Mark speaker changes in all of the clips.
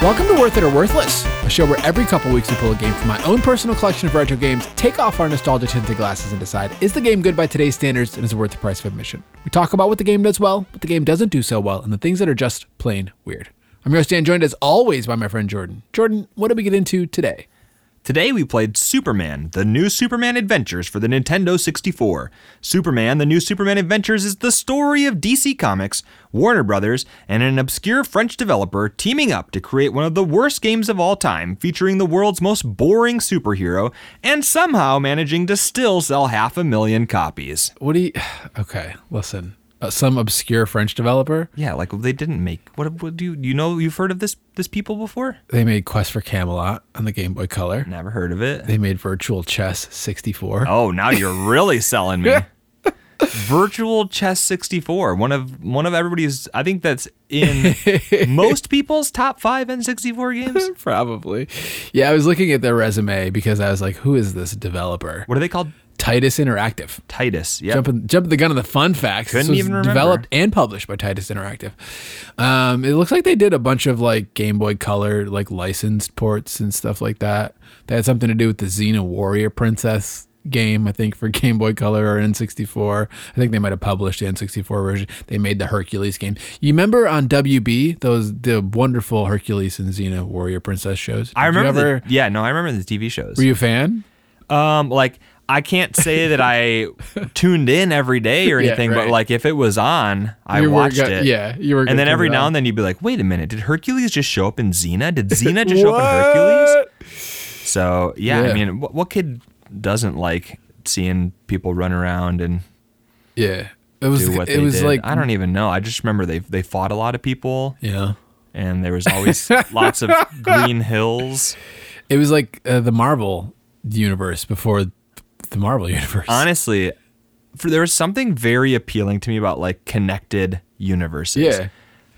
Speaker 1: Welcome to Worth It or Worthless, a show where every couple weeks we pull a game from my own personal collection of retro games, take off our nostalgia tinted glasses, and decide is the game good by today's standards and is it worth the price of admission. We talk about what the game does well, what the game doesn't do so well, and the things that are just plain weird. I'm your host Dan, joined as always by my friend Jordan. Jordan, what did we get into today?
Speaker 2: Today we played Superman, the new Superman Adventures for the Nintendo 64. Superman, the new Superman Adventures is the story of DC Comics, Warner Brothers, and an obscure French developer teaming up to create one of the worst games of all time, featuring the world's most boring superhero, and somehow managing to still sell half a million copies.
Speaker 1: What do you? Okay, listen. Uh, some obscure French developer.
Speaker 2: Yeah, like they didn't make. What, what do you, you know? You've heard of this this people before?
Speaker 1: They made Quest for Camelot on the Game Boy Color.
Speaker 2: Never heard of it.
Speaker 1: They made Virtual Chess 64.
Speaker 2: Oh, now you're really selling me. Virtual Chess 64, one of one of everybody's I think that's in most people's top 5 N64 games.
Speaker 1: Probably. Yeah, I was looking at their resume because I was like, who is this developer?
Speaker 2: What are they called?
Speaker 1: Titus Interactive.
Speaker 2: Titus. Yeah.
Speaker 1: Jumping, jumping the gun on the fun facts.
Speaker 2: Couldn't
Speaker 1: this was
Speaker 2: even remember.
Speaker 1: Developed and published by Titus Interactive. Um, it looks like they did a bunch of like Game Boy Color, like licensed ports and stuff like that. That had something to do with the Xena Warrior Princess game, I think, for Game Boy Color or N64. I think they might have published the N64 version. They made the Hercules game. You remember on WB those the wonderful Hercules and Xena Warrior Princess shows? Did
Speaker 2: I
Speaker 1: you
Speaker 2: remember
Speaker 1: ever-
Speaker 2: the- Yeah, no, I remember the TV shows.
Speaker 1: were you a fan?
Speaker 2: Um like I can't say that I tuned in every day or
Speaker 1: Yeah,
Speaker 2: anything,
Speaker 1: right.
Speaker 2: but like if it was on, I
Speaker 1: You were
Speaker 2: watched
Speaker 1: go-
Speaker 2: it.
Speaker 1: yeah, you were
Speaker 2: And
Speaker 1: gonna
Speaker 2: then
Speaker 1: turn
Speaker 2: every
Speaker 1: it
Speaker 2: now
Speaker 1: on.
Speaker 2: and then you'd be like, "Wait a minute, did Hercules just show up in Xena? Did Xena just show up in Hercules?" So yeah,
Speaker 1: Yeah.
Speaker 2: I mean, what, what kid doesn't like seeing people run around and
Speaker 1: Yeah. It was
Speaker 2: do what
Speaker 1: it
Speaker 2: they
Speaker 1: was
Speaker 2: did?
Speaker 1: like
Speaker 2: I don't even know. I just remember they they fought a lot of people,
Speaker 1: yeah.
Speaker 2: and there was always lots of green hills.
Speaker 1: It was like uh, the Marvel universe before th- the Marvel universe.
Speaker 2: Honestly, for, there was something very appealing to me about like connected universes.
Speaker 1: Yeah.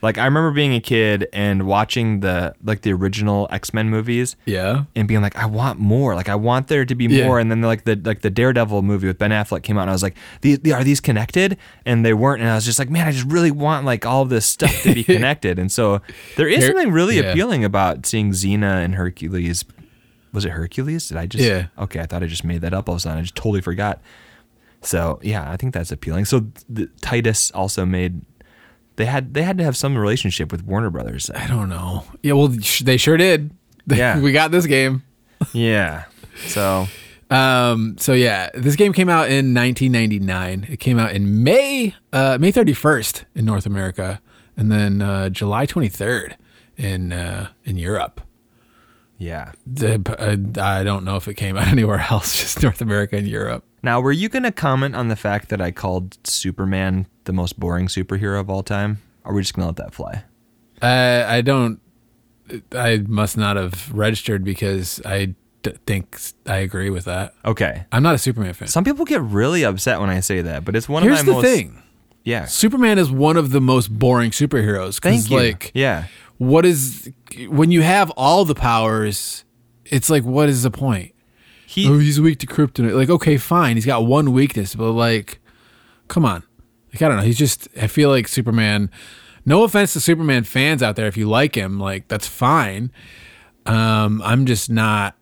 Speaker 2: Like I remember being a kid and watching the like the original X Men movies.
Speaker 1: yeah.
Speaker 2: and being like, I want more. Like I want there to be
Speaker 1: Yeah.
Speaker 2: more. And then like the like the Daredevil movie with Ben Affleck came out, and I was like, these, the- are these connected? And they weren't. And I was just like, man, I just really want like all this stuff to be connected. and so there is
Speaker 1: Her-
Speaker 2: something really
Speaker 1: yeah.
Speaker 2: appealing about seeing Xena and Hercules. Was it Hercules? Did I just?
Speaker 1: Yeah.
Speaker 2: Okay, I thought I just made that up all of a sudden. I just totally forgot. So yeah, I think that's appealing. So the, Titus also made. They had they had to have some relationship with Warner Brothers.
Speaker 1: I don't know. Yeah, well sh- they sure did.
Speaker 2: Yeah.
Speaker 1: we got this game.
Speaker 2: yeah. So
Speaker 1: Um so yeah, this game came out in 1999. It came out in May uh May 31st in North America and then uh July 23rd in uh in Europe.
Speaker 2: yeah.
Speaker 1: The- uh, I don't know if it came out anywhere else, just North America and Europe.
Speaker 2: Now, were you going to comment on the fact that I called Superman the most boring superhero of all time? Are we just going to let that fly?
Speaker 1: Uh, I don't. I must not have registered because I d- think s- I agree with that.
Speaker 2: Okay.
Speaker 1: I'm not a Superman fan.
Speaker 2: Some people get really upset when I say that, but it's one
Speaker 1: Here's
Speaker 2: of my
Speaker 1: the
Speaker 2: most
Speaker 1: thing:
Speaker 2: Yeah.
Speaker 1: Superman is one of the most boring superheroes. 'cause,
Speaker 2: Thank you.
Speaker 1: Like,
Speaker 2: yeah.
Speaker 1: what is when you have all the powers? It's like, what is the point?
Speaker 2: He
Speaker 1: oh, he's weak to kryptonite. Like, okay, fine, he's got one weakness, but like, come on. Like, I don't know. He's just. I feel like Superman. No offense to Superman fans out there, if you like him, like that's fine. Um, I'm just not.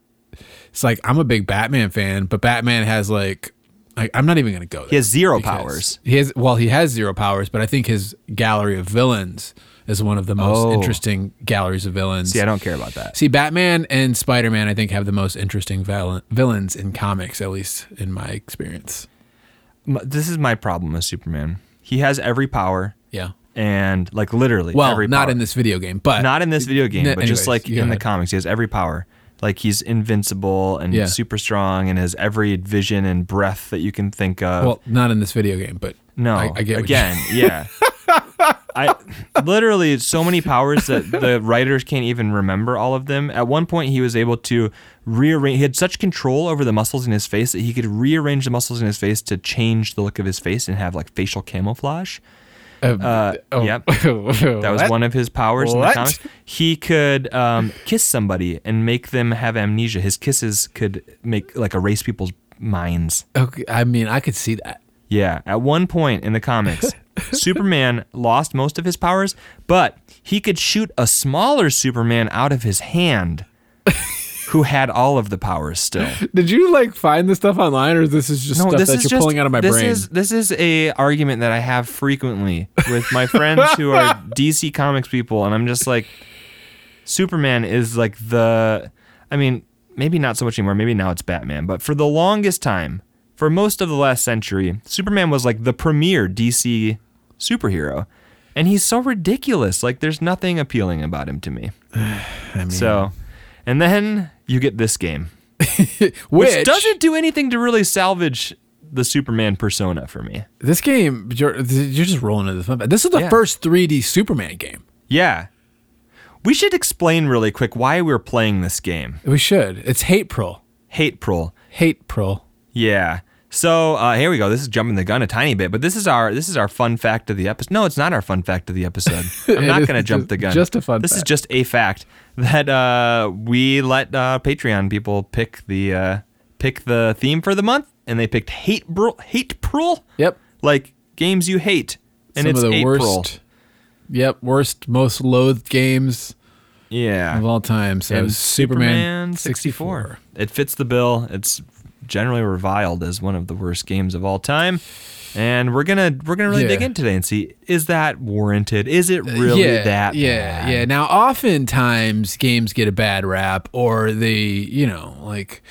Speaker 1: It's like I'm a big Batman fan, but Batman has like, like I'm not even gonna go. There
Speaker 2: He has zero
Speaker 1: because
Speaker 2: powers.
Speaker 1: He has well, he has zero powers, but I think his gallery of villains is one of the most
Speaker 2: Oh.
Speaker 1: interesting galleries of villains.
Speaker 2: See, I don't care about that.
Speaker 1: See, Batman and Spider Man, I think, have the most interesting val- villains in comics, at least in my experience.
Speaker 2: M- This is my problem with Superman. He has every power
Speaker 1: Yeah.
Speaker 2: and like literally
Speaker 1: Well,
Speaker 2: every
Speaker 1: not
Speaker 2: power.
Speaker 1: in this video game, but
Speaker 2: not in this video game,
Speaker 1: N-
Speaker 2: but just
Speaker 1: anyways,
Speaker 2: like
Speaker 1: you go
Speaker 2: in the
Speaker 1: ahead.
Speaker 2: comics, he has every power. Like he's invincible and
Speaker 1: Yeah.
Speaker 2: super strong and has every vision and breath that you can think of.
Speaker 1: well, not in this video game, but
Speaker 2: No,
Speaker 1: I, I get what you-
Speaker 2: again. yeah, I literally so many powers that the writers can't even remember all of them. At one point, he was able to rearrange. He had such control over the muscles in his face that he could rearrange the muscles in his face to change the look of his face and have like facial camouflage.
Speaker 1: Um,
Speaker 2: Uh,
Speaker 1: oh,
Speaker 2: yep. That
Speaker 1: that
Speaker 2: was one of his powers in the
Speaker 1: What?
Speaker 2: comics. He could um, kiss somebody and make them have amnesia. His kisses could make like erase people's minds.
Speaker 1: Okay, I mean, I could see that.
Speaker 2: Yeah, at one point in the comics, Superman lost most of his powers, but he could shoot a smaller Superman out of his hand who had all of the powers still.
Speaker 1: Did you like find this stuff online, or this is just
Speaker 2: No,
Speaker 1: stuff
Speaker 2: this
Speaker 1: that
Speaker 2: is
Speaker 1: you're
Speaker 2: just,
Speaker 1: pulling out of my
Speaker 2: this
Speaker 1: brain?
Speaker 2: Is, this is a argument that I have frequently with my friends who are DC Comics people, and I'm just like, Superman is like the, I mean, maybe not so much anymore. Maybe now it's Batman, but for the longest time, for most of the last century, Superman was like the premier DC superhero, and he's so ridiculous. Like, there's nothing appealing about him to me. so, and then you get this game
Speaker 1: Which,
Speaker 2: which doesn't do anything to really salvage the Superman persona for me.
Speaker 1: this game? You're, you're just rolling into this. This is the
Speaker 2: Yeah.
Speaker 1: first 3D Superman game.
Speaker 2: Yeah. We should explain really quick why we're playing this game.
Speaker 1: We should. It's hate pro.
Speaker 2: Hate Prol.
Speaker 1: Hate pro.
Speaker 2: Yeah. So uh, here we go. This is jumping the gun a tiny bit, but this is our this is our fun fact of the episode. No, it's not our fun fact of the episode. I'm
Speaker 1: It
Speaker 2: not
Speaker 1: is
Speaker 2: going to jump
Speaker 1: just-
Speaker 2: the gun.
Speaker 1: just a fun
Speaker 2: This is
Speaker 1: fact.
Speaker 2: just a fact that uh, we let uh, Patreon people pick the uh, pick the theme for the month, and they picked hate bro- hate prol.
Speaker 1: Yep.
Speaker 2: Like games you hate, and
Speaker 1: Some
Speaker 2: it's
Speaker 1: of the
Speaker 2: April.
Speaker 1: worst. Yep, worst, most loathed games
Speaker 2: Yeah.
Speaker 1: of all time. So
Speaker 2: And
Speaker 1: Superman,
Speaker 2: 64. It fits the bill. It's generally reviled as one of the worst games of all time. And we're gonna we're gonna really
Speaker 1: Yeah. Uh,
Speaker 2: dig in today and see is that warranted? Is it really
Speaker 1: yeah,
Speaker 2: that
Speaker 1: yeah,
Speaker 2: bad?
Speaker 1: yeah. Now, oftentimes games get a bad rap, or they, you know, like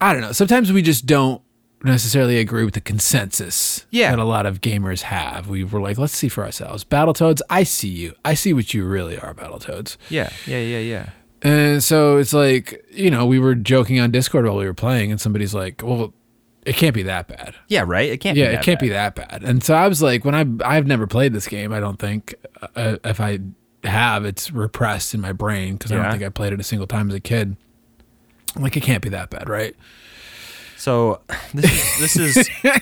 Speaker 1: I don't know. Sometimes we just don't necessarily agree with the consensus
Speaker 2: Yeah.
Speaker 1: that a lot of gamers have. We were like, let's see for ourselves. Battletoads, I see you. I see what you really are, Battletoads.
Speaker 2: Yeah, yeah, yeah, yeah.
Speaker 1: And so it's like, you know, we were joking on Discord while we were playing, and somebody's like, well, it can't be that bad.
Speaker 2: Yeah, right? It can't
Speaker 1: Yeah,
Speaker 2: be that
Speaker 1: it can't
Speaker 2: bad.
Speaker 1: be that bad. And so I was like, when I I've never played this game. I don't think uh, if I have, it's repressed in my brain because I
Speaker 2: Yeah.
Speaker 1: don't think I played it a single time as a kid. I'm like it can't be that bad, right?
Speaker 2: So this is this is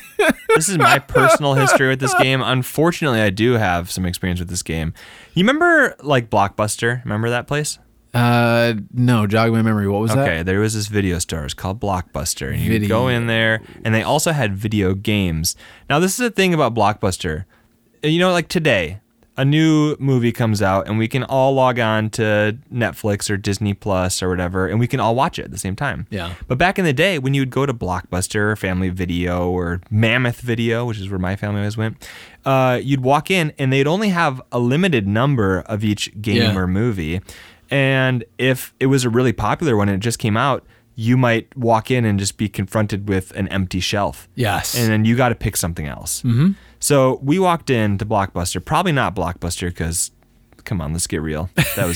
Speaker 2: this is my personal history with this game. Unfortunately, I do have some experience with this game. You remember like Blockbuster? Remember that place?
Speaker 1: Uh, no, jog my memory. What was
Speaker 2: Okay, there was this video store. It's called Blockbuster, and you
Speaker 1: Video.
Speaker 2: go in there, and they also had video games. Now, this is the thing about Blockbuster. You know, like today, a new movie comes out, and we can all log on to Netflix or Disney Plus or whatever, and we can all watch it at the same time.
Speaker 1: Yeah.
Speaker 2: But back in the day, when you would go to Blockbuster or Family Video or Mammoth Video, which is where my family always went, uh, you'd walk in and they'd only have a limited number of each game
Speaker 1: Yeah.
Speaker 2: or movie. And if it was a really popular one and it just came out, you might walk in and just be confronted with an empty shelf.
Speaker 1: Yes.
Speaker 2: And then you got to pick something else. Mm-hmm. So we walked in to Blockbuster, probably not Blockbuster because, come on, let's get real. That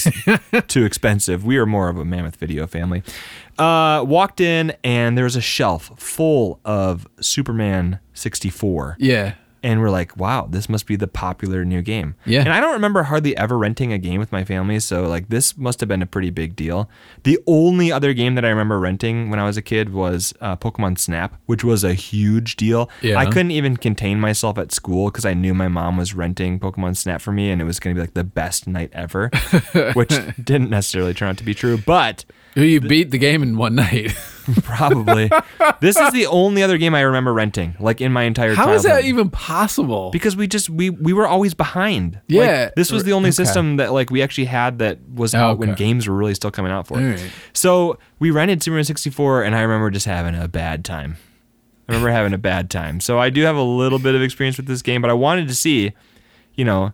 Speaker 2: was too expensive. We were more of a Mammoth Video family. Uh, walked in and there was a shelf full of Superman 64
Speaker 1: Yeah.
Speaker 2: and we're like, wow, this must be the popular new game.
Speaker 1: Yeah.
Speaker 2: And I don't remember hardly ever renting a game with my family, so like this must have been a pretty big deal. The only other game that I remember renting when I was a kid was uh, Pokemon Snap, which was a huge deal.
Speaker 1: Yeah.
Speaker 2: I couldn't even contain myself at school because I knew my mom was renting Pokemon Snap for me, and it was going to be like the best night ever, which didn't necessarily turn out to be true, but
Speaker 1: You beat the game in one night.
Speaker 2: probably. this is the only other game I remember renting, like in my entire
Speaker 1: How is
Speaker 2: childhood.
Speaker 1: that even possible?
Speaker 2: because we just we we were always behind. Like,
Speaker 1: Yeah.
Speaker 2: this was the only
Speaker 1: Okay.
Speaker 2: system that like we actually had that was out when
Speaker 1: Okay.
Speaker 2: games were really still coming out for. it.
Speaker 1: Alright.
Speaker 2: So we rented Superman 64, and I remember just having a bad time. I remember having a bad time. So I do have a little bit of experience with this game, but I wanted to see, you know,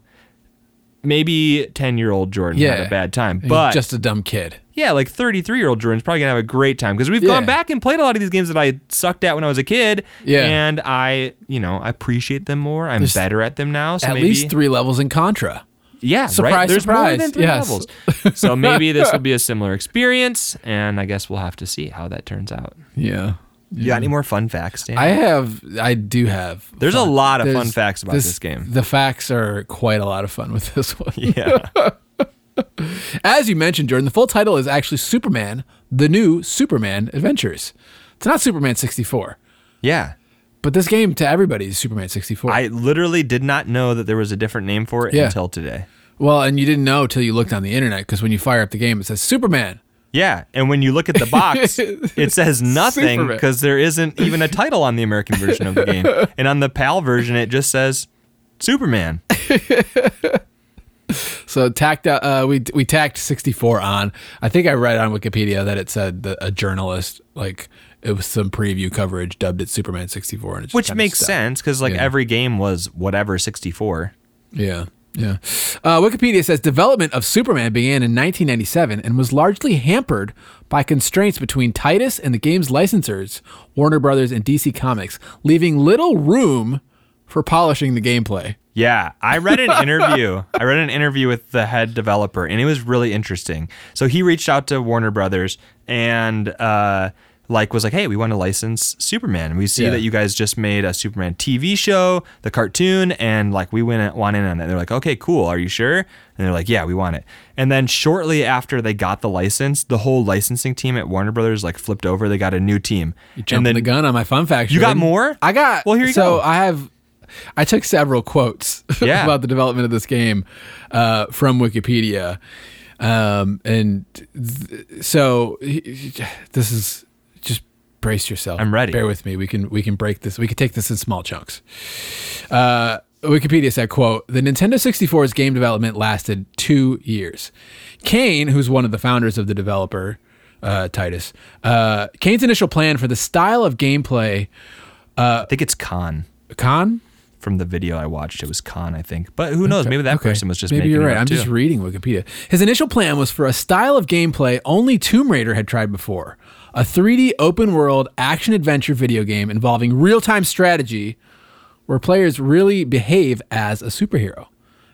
Speaker 2: maybe 10 year old Jordan had
Speaker 1: Yeah.
Speaker 2: a bad time,
Speaker 1: He's
Speaker 2: but
Speaker 1: just a dumb kid.
Speaker 2: yeah, like 33 year old Jordan's probably gonna have a great time because we've gone
Speaker 1: Yeah.
Speaker 2: back and played a lot of these games that I sucked at when I was a kid.
Speaker 1: Yeah.
Speaker 2: and I, you know, I appreciate them more. I'm better at them now. So
Speaker 1: At
Speaker 2: maybe,
Speaker 1: least three levels in Contra.
Speaker 2: yeah, right.
Speaker 1: Surprise,
Speaker 2: There's more
Speaker 1: surprise.
Speaker 2: than three
Speaker 1: Yes.
Speaker 2: levels. so maybe this will be a similar experience, and I guess we'll have to see how that turns out.
Speaker 1: Yeah.
Speaker 2: You got any more fun facts, Dan?
Speaker 1: I have, I do have.
Speaker 2: There's a lot of
Speaker 1: there's-
Speaker 2: fun facts about this game.
Speaker 1: The facts are quite a lot of fun with this one.
Speaker 2: yeah,
Speaker 1: As you mentioned, Jordan, the full title is actually Superman: The New Superman Adventures. It's not Superman 64,
Speaker 2: yeah.
Speaker 1: but this game to everybody is Superman 64.
Speaker 2: I literally did not know that there was a different name for it
Speaker 1: Yeah.
Speaker 2: until today.
Speaker 1: well, and you didn't know till you looked on the internet because when you fire up the game, it says Superman.
Speaker 2: Yeah, and when you look at the box, it says nothing
Speaker 1: Superman.
Speaker 2: because there isn't even a title on the American version of the game. And on the PAL version, it just says Superman.
Speaker 1: So tacked uh, uh, we we tacked 64 on. I think I read on Wikipedia that it said that a journalist like it was some preview coverage dubbed it Superman 64 and it just
Speaker 2: Which
Speaker 1: kinda
Speaker 2: makes
Speaker 1: stuck.
Speaker 2: sense because like
Speaker 1: Yeah.
Speaker 2: every game was whatever 64.
Speaker 1: Yeah. Yeah. Uh, Wikipedia says development of Superman began in 1997 and was largely hampered by constraints between Titus and the game's licensors, Warner Brothers and DC Comics, leaving little room for polishing the gameplay.
Speaker 2: Yeah, I read an interview. I read an interview with the head developer, and it was really interesting. So he reached out to Warner Brothers and uh, like was like, "Hey, we want to license Superman. We see
Speaker 1: Yeah.
Speaker 2: that you guys just made a Superman TV show, the cartoon, and like we went want in on that." They're like, "Okay, cool. Are you sure?" And they're like, "Yeah, we want it." And then shortly after they got the license, the whole licensing team at Warner Brothers like flipped over. They got a new team,
Speaker 1: Jumping
Speaker 2: and then
Speaker 1: the gun on my fun fact.
Speaker 2: You got
Speaker 1: Jordan.
Speaker 2: more?
Speaker 1: I got.
Speaker 2: Well, here you
Speaker 1: so
Speaker 2: go.
Speaker 1: I have. I took several quotes
Speaker 2: Yeah.
Speaker 1: about the development of this game uh, from Wikipedia, um, and th- so this is just brace yourself.
Speaker 2: I'm ready.
Speaker 1: Bear with me. We can we can break this. We can take this in small chunks. Uh, Wikipedia said, quote, the Nintendo 64's game development lasted two years. Kane, who's one of the founders of the developer, uh, Titus, uh, Kane's initial plan for the style of gameplay,
Speaker 2: I think it's Khan.
Speaker 1: Con?
Speaker 2: from the video I watched, it was Khan, I think. But who knows? Maybe that person was just
Speaker 1: Maybe
Speaker 2: making
Speaker 1: you're
Speaker 2: it
Speaker 1: right.
Speaker 2: up,
Speaker 1: I'm
Speaker 2: too.
Speaker 1: just reading Wikipedia. His initial plan was for a style of gameplay only Tomb Raider had tried before a 3D open world action adventure video game involving real time strategy where players really behave as a superhero.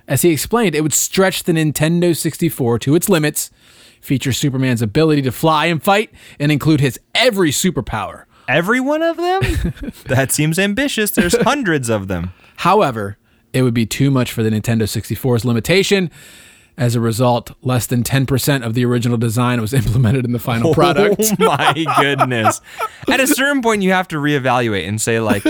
Speaker 1: As he explained, it would stretch the Nintendo 64 to its limits, feature Superman's ability to fly and fight, and include his every superpower.
Speaker 2: Every one of them? that seems ambitious. There's hundreds of them.
Speaker 1: However, it would be too much for the Nintendo 64's limitation. As a result, less than 10% of the original design was implemented in the final product.
Speaker 2: Oh my goodness. At a certain point, you have to reevaluate and say, like,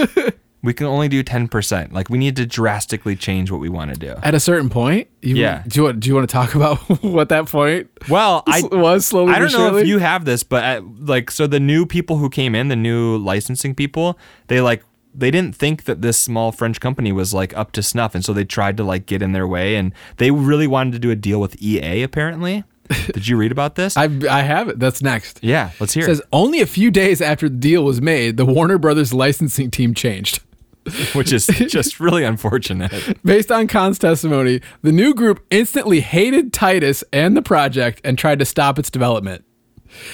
Speaker 2: we can only do 10%. Like, we need to drastically change what we want to do.
Speaker 1: At a certain point, you,
Speaker 2: Yeah.
Speaker 1: do, you want, do you want to talk about what that point
Speaker 2: Well, I
Speaker 1: was slowly
Speaker 2: I
Speaker 1: but
Speaker 2: don't know if
Speaker 1: surely?
Speaker 2: you have this, but uh like, so the new people who came in, the new licensing people, they like they didn't think that this small French company was like up to snuff, and so they tried to like get in their way, and they really wanted to do a deal with EA. Apparently, did you read about this?
Speaker 1: I, I have it. That's next.
Speaker 2: yeah, let's hear.
Speaker 1: It says only a few days after the deal was made, the Warner Brothers licensing team changed.
Speaker 2: it, which is just really unfortunate.
Speaker 1: Based on Khan's testimony, the new group instantly hated Titus and the project and tried to stop its development.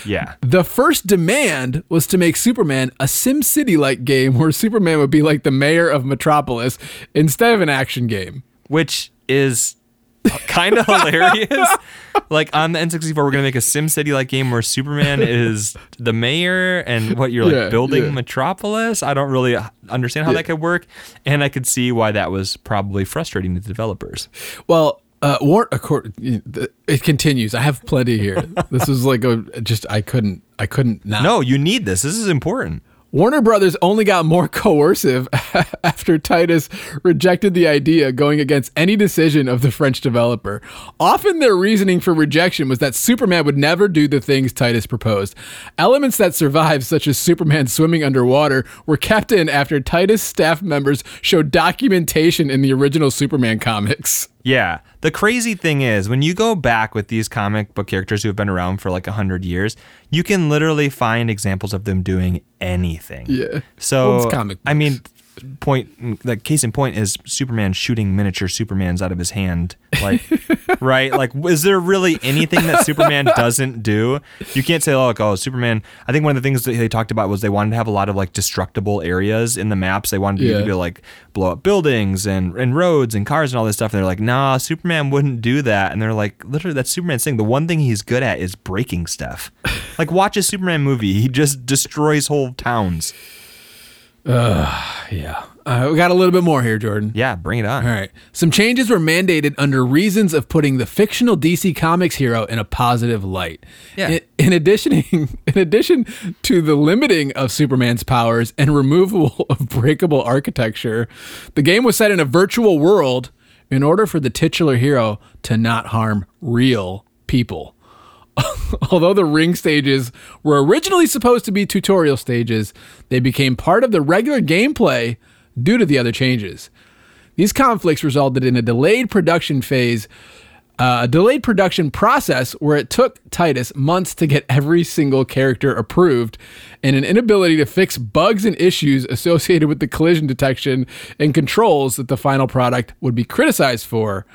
Speaker 2: Yeah,
Speaker 1: The first demand was to make Superman a SimCity like game where Superman would be like the mayor of Metropolis instead of an action game.
Speaker 2: which is kind of hilarious. Like on the N64, we're gonna make a SimCity like game where Superman is the mayor and what you're
Speaker 1: Yeah,
Speaker 2: like building
Speaker 1: yeah.
Speaker 2: Metropolis. I don't really understand how that could work, and I could see why that was probably frustrating to developers.
Speaker 1: Well, uh, War, accor- it continues. I have plenty here. this was like a just I couldn't I couldn't not.
Speaker 2: No, you need this. This is important.
Speaker 1: Warner Brothers only got more coercive after Titus rejected the idea, going against any decision of the French developer. Often their reasoning for rejection was that Superman would never do the things Titus proposed. Elements that survived, such as Superman swimming underwater, were kept in after Titus staff members showed documentation in the original Superman comics.
Speaker 2: Yeah. The crazy thing is, when you go back with these comic book characters who have been around for like 100 years, you can literally find examples of them doing anything.
Speaker 1: Yeah.
Speaker 2: So,
Speaker 1: Well, it's comic
Speaker 2: I mean, point, like, case in point is Superman shooting miniature Supermans out of his hand. Like, right? Like, is there really anything that Superman doesn't do? You can't say, like, oh, Superman. I think one of the things that they talked about was they wanted to have a lot of like destructible areas in the maps. They wanted you
Speaker 1: Yeah.
Speaker 2: to be like blow up buildings and, and roads and cars and all this stuff. And they're like, nah, Superman wouldn't do that. And they're like, literally, that's Superman's thing. The one thing he's good at is breaking stuff. like, watch a Superman movie. He just destroys whole towns.
Speaker 1: Yeah. Uh, we got a little bit more here, Jordan.
Speaker 2: Yeah, bring it on.
Speaker 1: All right. Some changes were mandated under reasons of putting the fictional DC Comics hero in a positive light.
Speaker 2: Yeah.
Speaker 1: In, in addition, in addition to the limiting of Superman's powers and removal of breakable architecture, the game was set in a virtual world in order for the titular hero to not harm real people. Although the ring stages were originally supposed to be tutorial stages, they became part of the regular gameplay due to the other changes. These conflicts resulted in a delayed production phase, uh, a delayed production process where it took Titus months to get every single character approved, and an inability to fix bugs and issues associated with the collision detection and controls that the final product would be criticized for.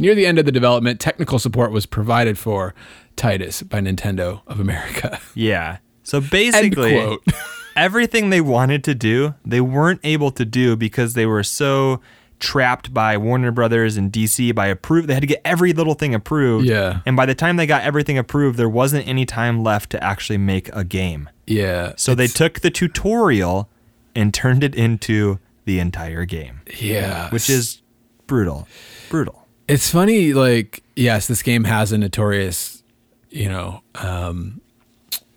Speaker 1: Near the end of the development, technical support was provided for Titus by Nintendo of America.
Speaker 2: Yeah. So basically,
Speaker 1: quote.
Speaker 2: everything they wanted to do, they weren't able to do because they were so trapped by Warner Brothers and DC by approve. They had to get every little thing approved.
Speaker 1: Yeah.
Speaker 2: And by the time they got everything approved, there wasn't any time left to actually make a game.
Speaker 1: Yeah.
Speaker 2: So they took the tutorial and turned it into the entire game,
Speaker 1: yeah,
Speaker 2: which is brutal. Brutal.
Speaker 1: It's funny, like, yes, this game has a notorious, you know, um,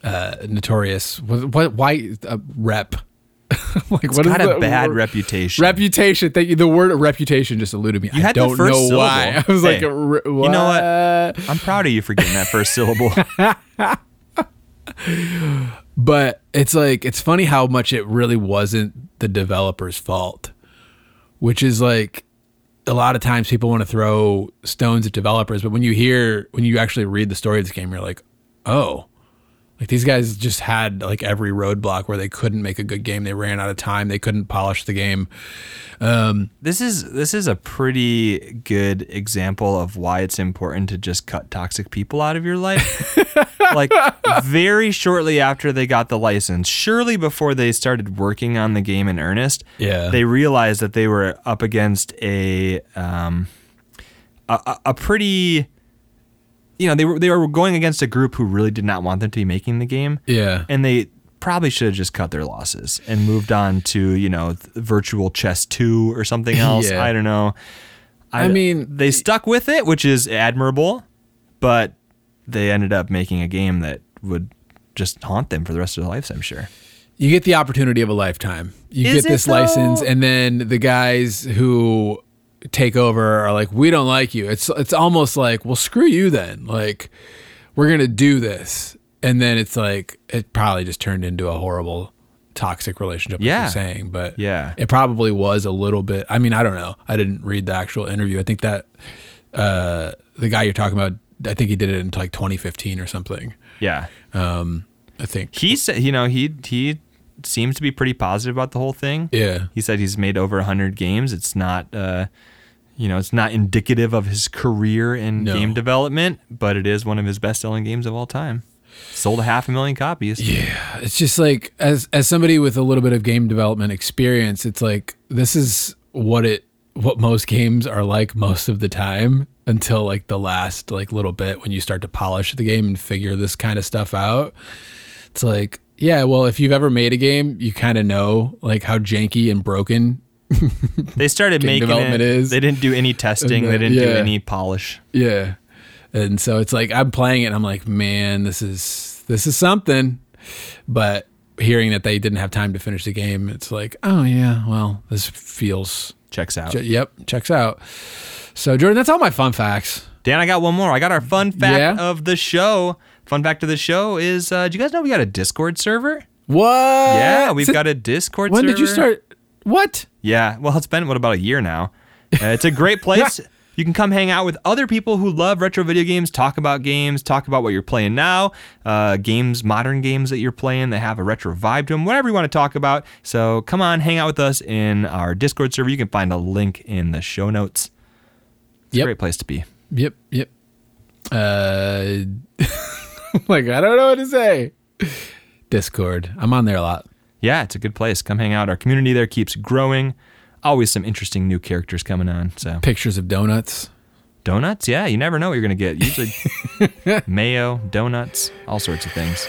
Speaker 1: uh, notorious, what, what why, uh, rep. like, what is
Speaker 2: Got a
Speaker 1: the
Speaker 2: bad
Speaker 1: word?
Speaker 2: reputation.
Speaker 1: Reputation. Thank you. The word reputation just eluded me.
Speaker 2: You
Speaker 1: I
Speaker 2: had the
Speaker 1: don't
Speaker 2: first
Speaker 1: know
Speaker 2: syllable.
Speaker 1: why. I was like,
Speaker 2: Hey,
Speaker 1: "Re-
Speaker 2: you know what?
Speaker 1: what?"
Speaker 2: I'm proud of you for getting that first syllable.
Speaker 1: But it's like, it's funny how much it really wasn't the developer's fault, which is like, a lot of times people want to throw stones at developers, but when you hear, when you actually read the story of this game, you're like, oh, like these guys just had like every roadblock where they couldn't make a good game. They ran out of time. They couldn't polish the game.
Speaker 2: This is this is a pretty good example of why it's important to just cut toxic people out of your life. like very shortly after they got the license, surely before they started working on the game in earnest,
Speaker 1: Yeah.
Speaker 2: they realized that they were up against a um, a, a- a pretty you know, they were they were going against a group who really did not want them to be making the game
Speaker 1: Yeah.
Speaker 2: and they probably should have just cut their losses and moved on to you know th- virtual chess 2 or something else
Speaker 1: Yeah.
Speaker 2: i don't know
Speaker 1: I mean,
Speaker 2: they stuck with it which is admirable but they ended up making a game that would just haunt them for the rest of their lives i'm sure
Speaker 1: you get the opportunity of a lifetime. You
Speaker 2: Is
Speaker 1: get this
Speaker 2: it though?
Speaker 1: license, and then the guys who take over are like, "We don't like you." It's it's almost like, "Well, screw you then." Like, we're gonna do this, and then it's like it probably just turned into a horrible, toxic relationship. Like
Speaker 2: Yeah.
Speaker 1: you're saying, but
Speaker 2: Yeah.
Speaker 1: it probably was a little bit. I mean, I don't know. I didn't read the actual interview. I think that uh, the guy you're talking about, I think he did it in like 2015 or something.
Speaker 2: yeah
Speaker 1: I think.
Speaker 2: he said you know he he seems to be pretty positive about the whole thing
Speaker 1: Yeah.
Speaker 2: he said he's made over 100 games it's not uh you know it's not indicative of his career in
Speaker 1: No.
Speaker 2: game development but it is one of his best selling games of all time sold a half a million copies
Speaker 1: Yeah, it's just like as as somebody with a little bit of game development experience, it's like this is what it what most games are like most of the time until like the last like little bit when you start to polish the game and figure this kind of stuff out. It's like, yeah, well, if you've ever made a game, you kind of know like how janky and broken.
Speaker 2: they started making
Speaker 1: development
Speaker 2: it
Speaker 1: is-
Speaker 2: they didn't do any testing they
Speaker 1: then-
Speaker 2: didn't do
Speaker 1: yeah.
Speaker 2: any polish
Speaker 1: Yeah. And so it's like I'm playing it and I'm like, man, this is this is something. But hearing that they didn't have time to finish the game, it's like, oh yeah, well, this feels
Speaker 2: checks out
Speaker 1: Ch- Yep, checks out. So Jordan, that's all my fun facts.
Speaker 2: dan i got one more i got our fun fact
Speaker 1: Yeah?
Speaker 2: of the show fun fact of the show is uh do you guys know we got a discord server
Speaker 1: What?
Speaker 2: yeah we've got a discord
Speaker 1: When
Speaker 2: server
Speaker 1: did you start? What?
Speaker 2: Yeah. Well, it's been, what, about a year now? Uh, it's a great place. You can come hang out with other people who love retro video games, talk about games, talk about what you're playing now, uh, games, modern games that you're playing that have a retro vibe to them, whatever you want to talk about. So come on, hang out with us in our Discord server. You can find a link in the show notes. It's
Speaker 1: Yep.
Speaker 2: a great place to be.
Speaker 1: Yep, yep. Uh, like I don't know what to say. Discord. I'm on there a lot.
Speaker 2: Yeah, it's a good place. Come hang out. Our community there keeps growing. Always some interesting new characters coming on. So
Speaker 1: Pictures of donuts.
Speaker 2: donuts, yeah, you never know what you're gonna get. Usually mayo, donuts, all sorts of things.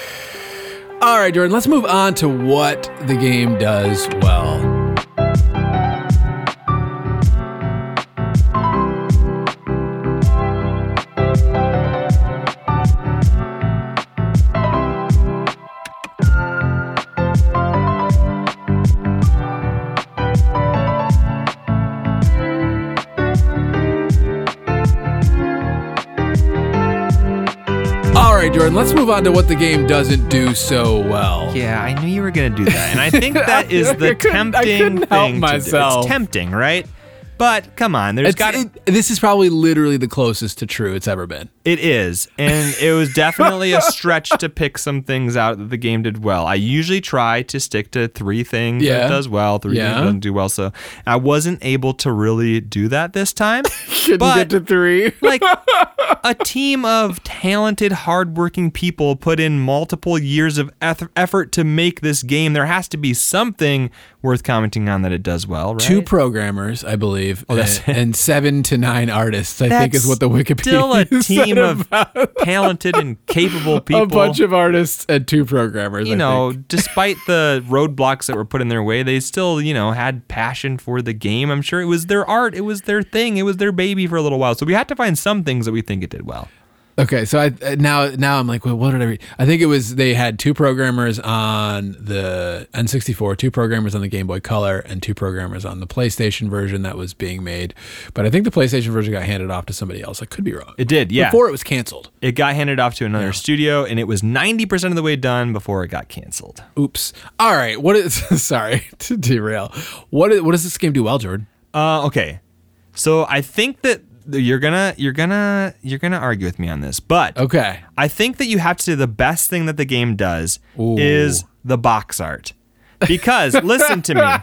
Speaker 1: All right, Jordan, let's move on to what the game does well. All right, Jordan, let's move on to what the game doesn't do so well.
Speaker 2: Yeah, I knew you were gonna do that, and I think that is
Speaker 1: I
Speaker 2: the
Speaker 1: couldn't- I
Speaker 2: tempting
Speaker 1: couldn't help
Speaker 2: thing. To do.
Speaker 1: myself.
Speaker 2: It's tempting, right? But come on, there's
Speaker 1: It's
Speaker 2: got
Speaker 1: it, this is probably literally the closest to true it's ever been.
Speaker 2: It is. And it was definitely a stretch to pick some things out that the game did well. I usually try to stick to three things
Speaker 1: Yeah.
Speaker 2: that does well, three
Speaker 1: Yeah.
Speaker 2: things that doesn't do well. So I wasn't able to really do that this time.
Speaker 1: Shouldn't
Speaker 2: But-
Speaker 1: to three.
Speaker 2: like a team of talented, hardworking people put in multiple years of eth- effort to make this game. There has to be something worth commenting on that it does well, right? Oh,
Speaker 1: Two programmers, I believe,
Speaker 2: that's
Speaker 1: and, and seven to nine artists. I think is what the Wikipedia
Speaker 2: Still a
Speaker 1: said
Speaker 2: team of
Speaker 1: about
Speaker 2: talented and capable people.
Speaker 1: a bunch of artists and two programmers.
Speaker 2: you
Speaker 1: I
Speaker 2: know,
Speaker 1: think.
Speaker 2: despite the roadblocks that were put in their way, they still, you know, had passion for the game. I'm sure it was their art, it was their thing, it was their baby for a little while. So we had to find some things that we think it did well.
Speaker 1: Okay, so I I- now now I'm like, well, what did I read? I think it was they had two programmers on the N64, two programmers on the Game Boy Color, and two programmers on the PlayStation version that was being made. But I think the PlayStation version got handed off to somebody else. I could be wrong.
Speaker 2: It did, yeah.
Speaker 1: Before it was canceled.
Speaker 2: it got handed off to another studio, and it was 90% of the way done before it got canceled.
Speaker 1: Oops. All right. What is sorry to derail. What is, what does this game do well, Jordan?
Speaker 2: Uh, okay, so I think that you're gonna you're gonna you're gonna argue with me on this, but
Speaker 1: Okay.
Speaker 2: I think that you have to. The best thing that the game does
Speaker 1: Ooh.
Speaker 2: is the box art, because listen to me.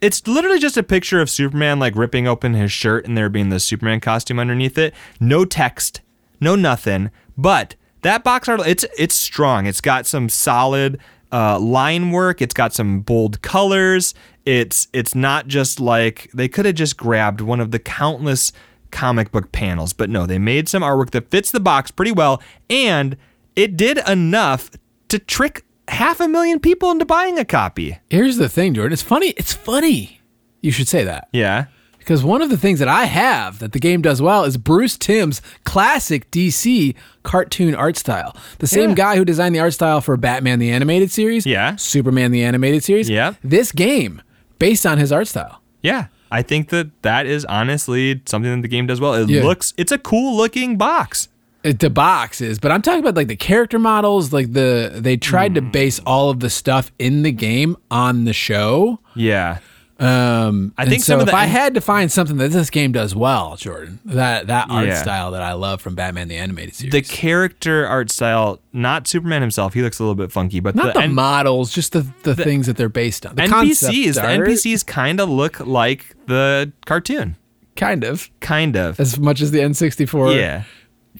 Speaker 2: It's literally just a picture of Superman like ripping open his shirt and there being the Superman costume underneath it. No text, no nothing. But that box art, it's it's strong. It's got some solid uh, line work. It's got some bold colors. It's it's not just like they could have just grabbed one of the countless comic book panels. But no, they made some artwork that fits the box pretty well, and it did enough to trick half a million people into buying a copy.
Speaker 1: Here's the thing, Jordan. It's funny. It's funny. You should say that.
Speaker 2: Yeah.
Speaker 1: Because one of the things that I have that the game does well is Bruce Timm's classic DC cartoon art style. The same
Speaker 2: Yeah.
Speaker 1: guy who designed the art style for Batman the Animated Series,
Speaker 2: Yeah.
Speaker 1: Superman the Animated Series,
Speaker 2: Yeah.
Speaker 1: this game based on his art style.
Speaker 2: Yeah. I think that that is honestly something that the game does well. It
Speaker 1: Yeah.
Speaker 2: looks it's a cool looking box.
Speaker 1: It, Uh, the box is, but I'm talking about like the character models, like the they tried
Speaker 2: Hmm.
Speaker 1: to base all of the stuff in the game on the show.
Speaker 2: Yeah.
Speaker 1: Um, I
Speaker 2: think
Speaker 1: so
Speaker 2: some of
Speaker 1: if
Speaker 2: the-
Speaker 1: I had to find something that this game does well, Jordan, that that art
Speaker 2: Yeah.
Speaker 1: style that I love from Batman the Animated Series,
Speaker 2: The character art style, not Superman himself, he looks a little bit funky, but
Speaker 1: not the,
Speaker 2: N-
Speaker 1: models, just the, the, things that they're based on. The concept
Speaker 2: NPCs, the
Speaker 1: art,
Speaker 2: NPCs kind of look like the cartoon.
Speaker 1: kind of
Speaker 2: Kind of.
Speaker 1: as much as the N64
Speaker 2: Yeah.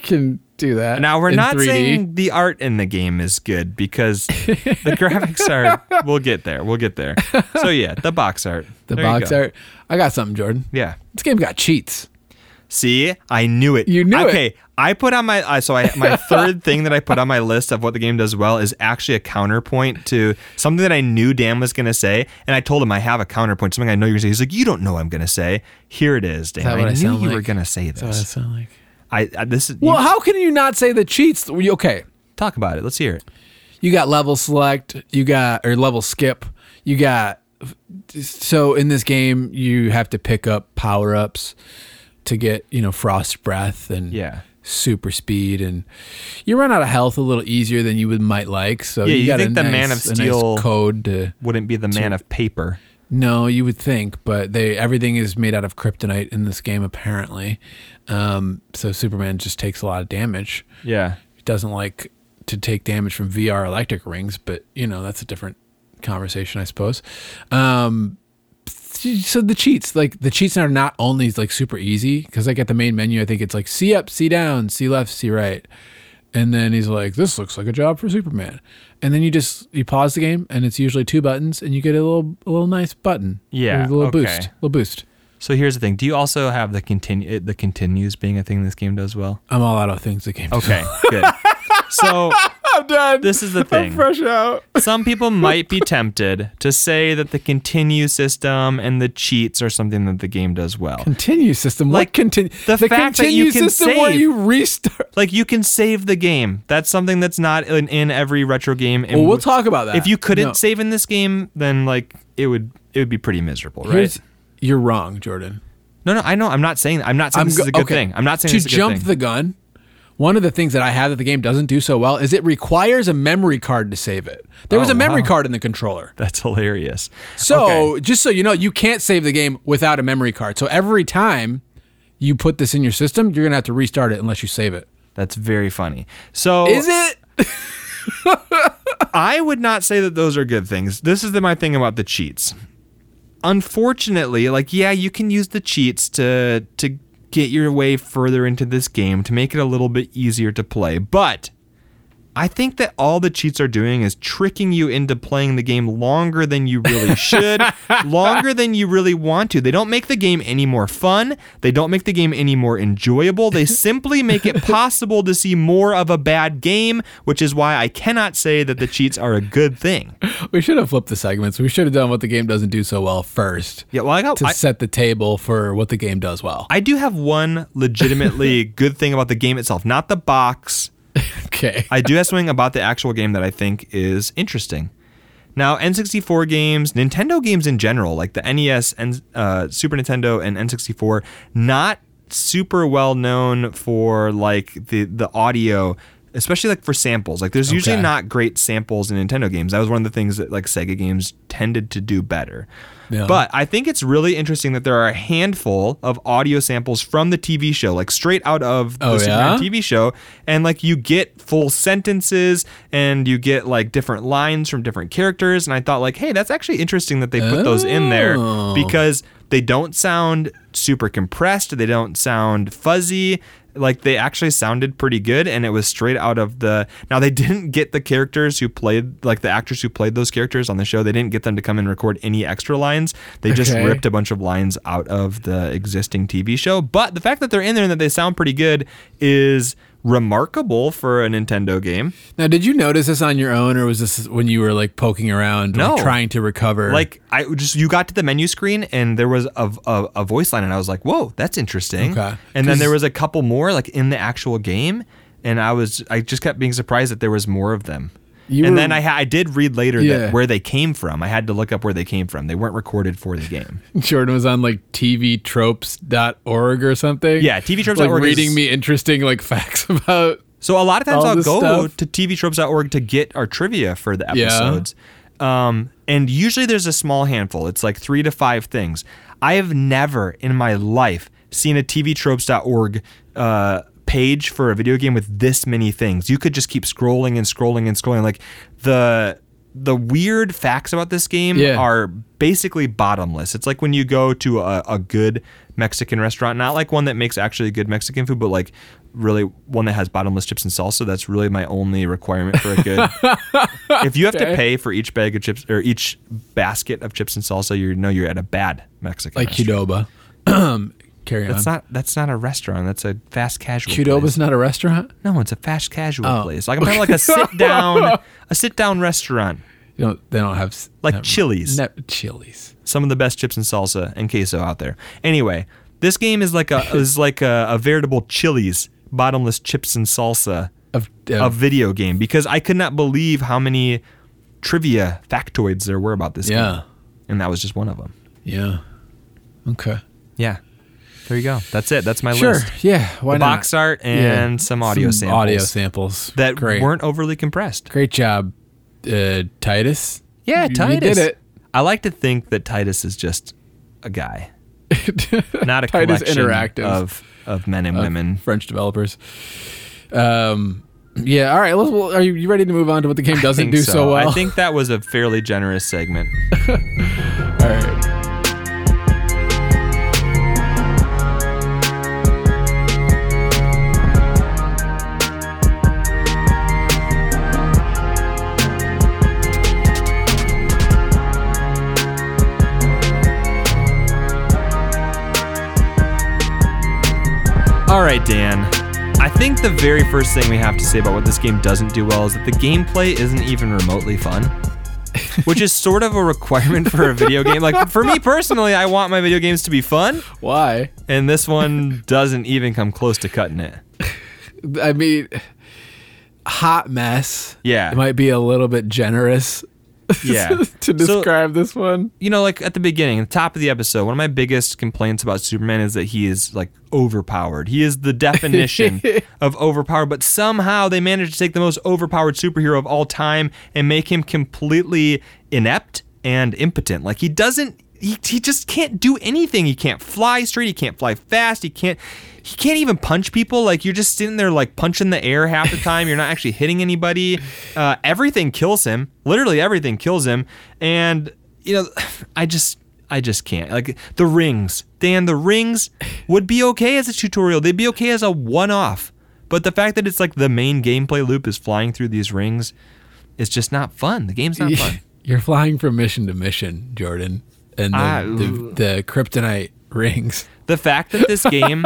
Speaker 1: can do that.
Speaker 2: Now we're
Speaker 1: in
Speaker 2: not
Speaker 1: 3D.
Speaker 2: saying the art in the game is good because the graphics are. We'll get there. We'll get there. So yeah, the box art.
Speaker 1: the
Speaker 2: There you
Speaker 1: box
Speaker 2: go.
Speaker 1: art. I got something, Jordan.
Speaker 2: Yeah.
Speaker 1: This game got cheats.
Speaker 2: See, I knew it.
Speaker 1: You knew it.
Speaker 2: Okay, I put on my uh, so I my third thing that I put on my list of what the game does well is actually a counterpoint to something that I knew Dan was gonna say, and I told him I have a counterpoint, something I know you're gonna say. He's like, you don't know what I'm gonna say. Here it is, Dan.
Speaker 1: that
Speaker 2: I
Speaker 1: what I
Speaker 2: knew
Speaker 1: sound
Speaker 2: you
Speaker 1: like?
Speaker 2: were gonna say this.
Speaker 1: sound like.
Speaker 2: I, I this is you
Speaker 1: Well, how can you not say the cheats? Okay,
Speaker 2: talk about it. Let's hear it.
Speaker 1: you got level select, you got or level skip, you got. So in this game, you have to pick up power ups to get you know frost breath and
Speaker 2: Yeah.
Speaker 1: super speed and you run out of health a little easier than you would might like. So
Speaker 2: Yeah,
Speaker 1: you,
Speaker 2: you
Speaker 1: got
Speaker 2: think
Speaker 1: a
Speaker 2: the
Speaker 1: nice,
Speaker 2: Man of
Speaker 1: a nice
Speaker 2: Steel-
Speaker 1: code to
Speaker 2: Wouldn't be the man of paper.
Speaker 1: no, you would think, but they everything is made out of kryptonite in this game apparently. Um, so Superman just takes a lot of damage.
Speaker 2: Yeah.
Speaker 1: He doesn't like to take damage from VR electric rings, but you know that's a different conversation, I suppose. Um, so the cheats, like the cheats, are not only like super easy because like at the main menu, I think it's like C up, C down, C left, C right, and then he's like, "This looks like a job for Superman," and then you just you pause the game, and it's usually two buttons, and you get a little a little nice button,
Speaker 2: Yeah,
Speaker 1: a little
Speaker 2: okay.
Speaker 1: boost, a little boost.
Speaker 2: So here's the thing. Do you also have the continue the continues being a thing this game does well?
Speaker 1: I'm all out of things the game.
Speaker 2: Okay, good. So
Speaker 1: I'm done.
Speaker 2: this is the thing.
Speaker 1: fresh out.
Speaker 2: some people might be tempted to say that the continue system and the cheats are something that the game does well.
Speaker 1: Continue system.
Speaker 2: Like,
Speaker 1: Like continue
Speaker 2: the fact that you can
Speaker 1: system where
Speaker 2: save.
Speaker 1: you restart.
Speaker 2: Like you can save the game. That's something that's not in, in every retro game. And
Speaker 1: Well, we'll talk about that.
Speaker 2: If you couldn't
Speaker 1: No,
Speaker 2: save in this game, then like it would it would be pretty miserable, right?
Speaker 1: here's- you're wrong, Jordan.
Speaker 2: No, no, I know. I'm not saying I'm not saying this
Speaker 1: go-
Speaker 2: is a good
Speaker 1: okay.
Speaker 2: thing. I'm not saying
Speaker 1: to
Speaker 2: this is a good
Speaker 1: jump
Speaker 2: thing.
Speaker 1: the gun. One of the things that I have that the game doesn't do so well is it requires a memory card to save it. There was
Speaker 2: Oh,
Speaker 1: a memory
Speaker 2: wow.
Speaker 1: card in the controller.
Speaker 2: That's hilarious.
Speaker 1: So,
Speaker 2: Okay.
Speaker 1: just so you know, you can't save the game without a memory card. So, every time you put this in your system, you're going to have to restart it unless you save it.
Speaker 2: that's very funny. So
Speaker 1: Is it?
Speaker 2: I would not say that those are good things. This is the, my thing about the cheats. Unfortunately, like yeah, you can use the cheats to to get your way further into this game to make it a little bit easier to play, but I think that all the cheats are doing is tricking you into playing the game longer than you really should, longer than you really want to. They don't make the game any more fun. They don't make the game any more enjoyable. They simply make it possible to see more of a bad game, which is why I cannot say that the cheats are a good thing.
Speaker 1: We should have flipped the segments. We should have done what the game doesn't do so well first
Speaker 2: Yeah, well, I got
Speaker 1: to
Speaker 2: I,
Speaker 1: set the table for what the game does well.
Speaker 2: I do have one legitimately good thing about the game itself, not the box,
Speaker 1: Okay.
Speaker 2: I do have something about the actual game that I think is interesting. Now, N64 games, Nintendo games in general, like the NES and uh, Super Nintendo and N64, not super well known for like the the audio, especially like for samples. Like there's usually
Speaker 1: Okay.
Speaker 2: not great samples in Nintendo games. That was one of the things that like Sega games tended to do better.
Speaker 1: Yeah.
Speaker 2: But I think it's really interesting that there are a handful of audio samples from the TV show, like straight out of the
Speaker 1: Oh,
Speaker 2: Super
Speaker 1: yeah?
Speaker 2: Nintendo TV show, and like you get full sentences and you get like different lines from different characters. And I thought like, hey, that's actually interesting that they put those in there
Speaker 1: Oh.
Speaker 2: because they don't sound super compressed. They don't sound fuzzy. Like they actually sounded pretty good, and it was straight out of the. Now they didn't get the characters who played, like the actors who played those characters on the show. They didn't get them to come and record any extra lines. They just
Speaker 1: Okay.
Speaker 2: ripped a bunch of lines out of the existing TV show. But the fact that they're in there and that they sound pretty good is remarkable for a Nintendo game.
Speaker 1: Now, did you notice this on your own, or was this when you were like poking around, like,
Speaker 2: No.
Speaker 1: trying to recover?
Speaker 2: Like I just you got to the menu screen and there was a a, a voice line and I was like, "Whoa, that's interesting."
Speaker 1: Okay.
Speaker 2: And then
Speaker 1: 'Cause-
Speaker 2: there was a couple more like in the actual game and I was I just kept being surprised that there was more of them.
Speaker 1: You
Speaker 2: and
Speaker 1: were-
Speaker 2: then I ha- I did read later
Speaker 1: Yeah.
Speaker 2: that where they came from. I had to look up where they came from. They weren't recorded for the game.
Speaker 1: Jordan was on like TVTropes.org or something.
Speaker 2: Yeah, TVTropes.org
Speaker 1: Like
Speaker 2: is-
Speaker 1: reading me interesting like facts about.
Speaker 2: So a lot of times
Speaker 1: All
Speaker 2: I'll
Speaker 1: this
Speaker 2: go
Speaker 1: stuff.
Speaker 2: to tvtropes.org to get our trivia for the
Speaker 1: Yeah.
Speaker 2: episodes. Um, and usually there's a small handful. It's like three to five things. I have never in my life seen a tvtropes.org uh, page for a video game with this many things. You could just keep scrolling and scrolling and scrolling. Like the the weird facts about this game
Speaker 1: Yeah.
Speaker 2: are basically bottomless. It's like when you go to a, a good Mexican restaurant, not like one that makes actually good Mexican food, but like really one that has bottomless chips and salsa. That's really my only requirement for a good. if you have to
Speaker 1: Okay.
Speaker 2: pay for each bag of chips or each basket of chips and salsa, you know you're at a bad Mexican.
Speaker 1: Like
Speaker 2: restaurant.
Speaker 1: Qdoba. Carry on.
Speaker 2: That's not that's not a restaurant. That's a fast casual. place.
Speaker 1: Qdoba's not a restaurant?
Speaker 2: No, it's a fast casual
Speaker 1: Oh.
Speaker 2: place. Like I'm talking like a sit down, a sit down restaurant.
Speaker 1: You know, they don't have. s-
Speaker 2: Like
Speaker 1: never-
Speaker 2: Chili's.
Speaker 1: Ne- Chili's.
Speaker 2: some of the best chips and salsa and queso out there. Anyway, this game is like a is like a, a veritable Chili's bottomless chips and salsa
Speaker 1: Of, of,
Speaker 2: a video game because I could not believe how many trivia factoids there were about this game.
Speaker 1: Yeah.
Speaker 2: And that was just one of them.
Speaker 1: Yeah. Okay.
Speaker 2: Yeah. There you go. That's it. That's my
Speaker 1: Sure.
Speaker 2: list.
Speaker 1: Yeah. Why
Speaker 2: The
Speaker 1: not?
Speaker 2: box art and some audio
Speaker 1: Some
Speaker 2: samples
Speaker 1: Audio samples.
Speaker 2: that
Speaker 1: Great.
Speaker 2: weren't overly compressed.
Speaker 1: Great job, uh, Titus.
Speaker 2: Yeah,
Speaker 1: You- you
Speaker 2: Titus.
Speaker 1: did it.
Speaker 2: I like to think that Titus is just a guy, not a
Speaker 1: Titus
Speaker 2: collection
Speaker 1: Interactive.
Speaker 2: of of men and women.
Speaker 1: French developers. Um, yeah. All right. Let's, well, are you you ready to move on to what the game doesn't
Speaker 2: think
Speaker 1: do so, well?
Speaker 2: I think that was a fairly generous segment.
Speaker 1: All right.
Speaker 2: All right, Dan. I think the very first thing we have to say about what this game doesn't do well is that the gameplay isn't even remotely fun. Which is sort of a requirement for a video game. Like for me personally, I want my video games to be fun,
Speaker 1: Why?
Speaker 2: and this one doesn't even come close to cutting it.
Speaker 1: I mean, hot mess.
Speaker 2: Yeah.
Speaker 1: It might be a little bit generous.
Speaker 2: Yeah.
Speaker 1: to describe this one.
Speaker 2: you know, like at the beginning, at the top of the episode, one of my biggest complaints about Superman is that he is like overpowered. He is the definition of overpowered, but somehow they managed to take the most overpowered superhero of all time and make him completely inept and impotent. Like he doesn't he, he just can't do anything. He can't fly straight, he can't fly fast, he can't he can't even punch people. Like you're just sitting there like punching the air half the time. You're not actually hitting anybody. Uh, everything kills him. Literally everything kills him. And you know, I just I just can't. Like the rings, Dan, the rings would be okay as a tutorial. They'd be okay as a one-off. But the fact that it's like the main gameplay loop is flying through these rings, it's just not fun. The game's not fun.
Speaker 1: You're flying from mission to mission, Jordan, and the,
Speaker 2: Ah,
Speaker 1: the,
Speaker 2: ooh.
Speaker 1: the kryptonite rings.
Speaker 2: The fact that this game,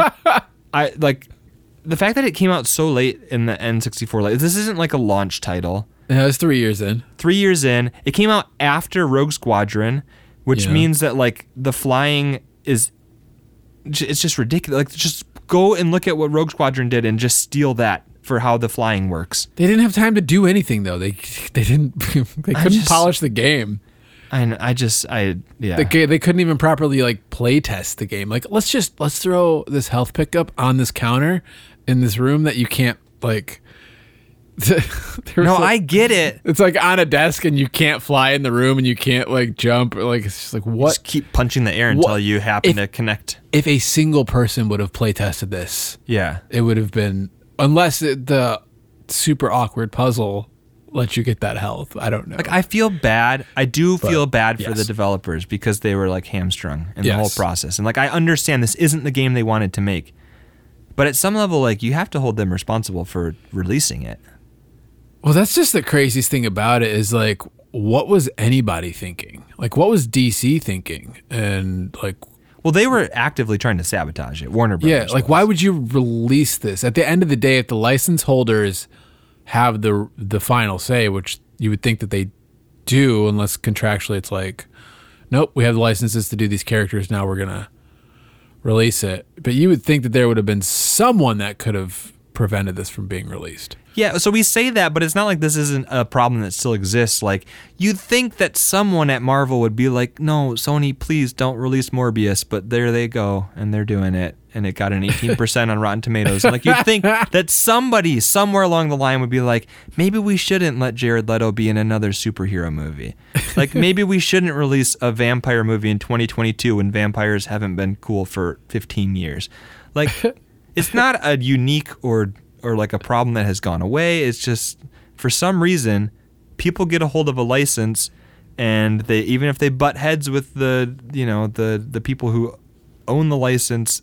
Speaker 2: I like, the fact that it came out so late in the N64. Like this isn't like a launch title.
Speaker 1: And I was three years in.
Speaker 2: three years in. It came out after Rogue Squadron, which
Speaker 1: Yeah.
Speaker 2: means that like the flying is, j- it's just ridiculous. Like just go and look at what Rogue Squadron did and just steal that for how the flying works.
Speaker 1: They didn't have time to do anything though. They they didn't they couldn't
Speaker 2: just-
Speaker 1: polish the game.
Speaker 2: And I just I yeah.
Speaker 1: The ga- they couldn't even properly like play test the game. Like let's just let's throw this health pickup on this counter in this room that you can't like.
Speaker 2: no, I get it.
Speaker 1: It's like on a desk and you can't fly in the room and you can't like jump or like it's just like what
Speaker 2: Just keep punching the air until
Speaker 1: What-
Speaker 2: you happen
Speaker 1: if-
Speaker 2: to connect.
Speaker 1: if a single person would have play tested this,
Speaker 2: Yeah.
Speaker 1: it would have been unless it, the super awkward puzzle lets you get that health. I don't know.
Speaker 2: Like I feel bad. I do feel bad for
Speaker 1: yes.
Speaker 2: the developers because they were like hamstrung in the whole
Speaker 1: Yes.
Speaker 2: process. And like I understand this isn't the game they wanted to make. But at some level like you have to hold them responsible for releasing it.
Speaker 1: Well, that's just the craziest thing about it is like, what was anybody thinking? Like, what was DC thinking? And like,
Speaker 2: Well, they were actively trying to sabotage it. Warner Brothers.
Speaker 1: yeah, like, why would you release this? At the end of the day, if the license holders have the the final say, which you would think that they do, unless contractually it's like, nope, we have the licenses to do these characters. Now we're gonna release it. But you would think that there would have been someone that could have prevented this from being released.
Speaker 2: Yeah, so we say that, but it's not like this isn't a problem that still exists. Like, you'd think that someone at Marvel would be like, no, Sony, please don't release Morbius, but there they go, and they're doing it, and it got an 18% on Rotten Tomatoes. Like, you'd think that somebody somewhere along the line would be like, maybe we shouldn't let Jared Leto be in another superhero movie. Like, maybe we shouldn't release a vampire movie in 2022 when vampires haven't been cool for 15 years. Like, it's not a unique or or like a problem that has gone away. It's just for some reason people get a hold of a license and they even if they butt heads with the you know the the people who own the license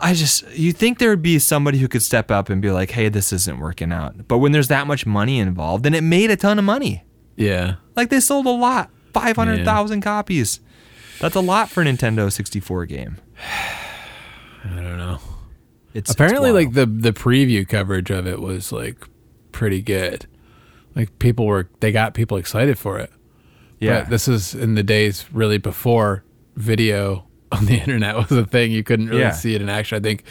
Speaker 2: I just you think there would be somebody who could step up and be like, "Hey, this isn't working out." But when there's that much money involved, and it made a ton of money.
Speaker 1: Yeah.
Speaker 2: Like they sold a lot, 500,000 copies. That's a lot for a Nintendo 64 game.
Speaker 1: I don't know.
Speaker 2: It's it's
Speaker 1: apparently
Speaker 2: wild.
Speaker 1: like the the preview coverage of it was like pretty good like people were they got people excited for it but this is in the days really before video on the internet was a thing you couldn't really
Speaker 2: Yeah.
Speaker 1: see it in action i think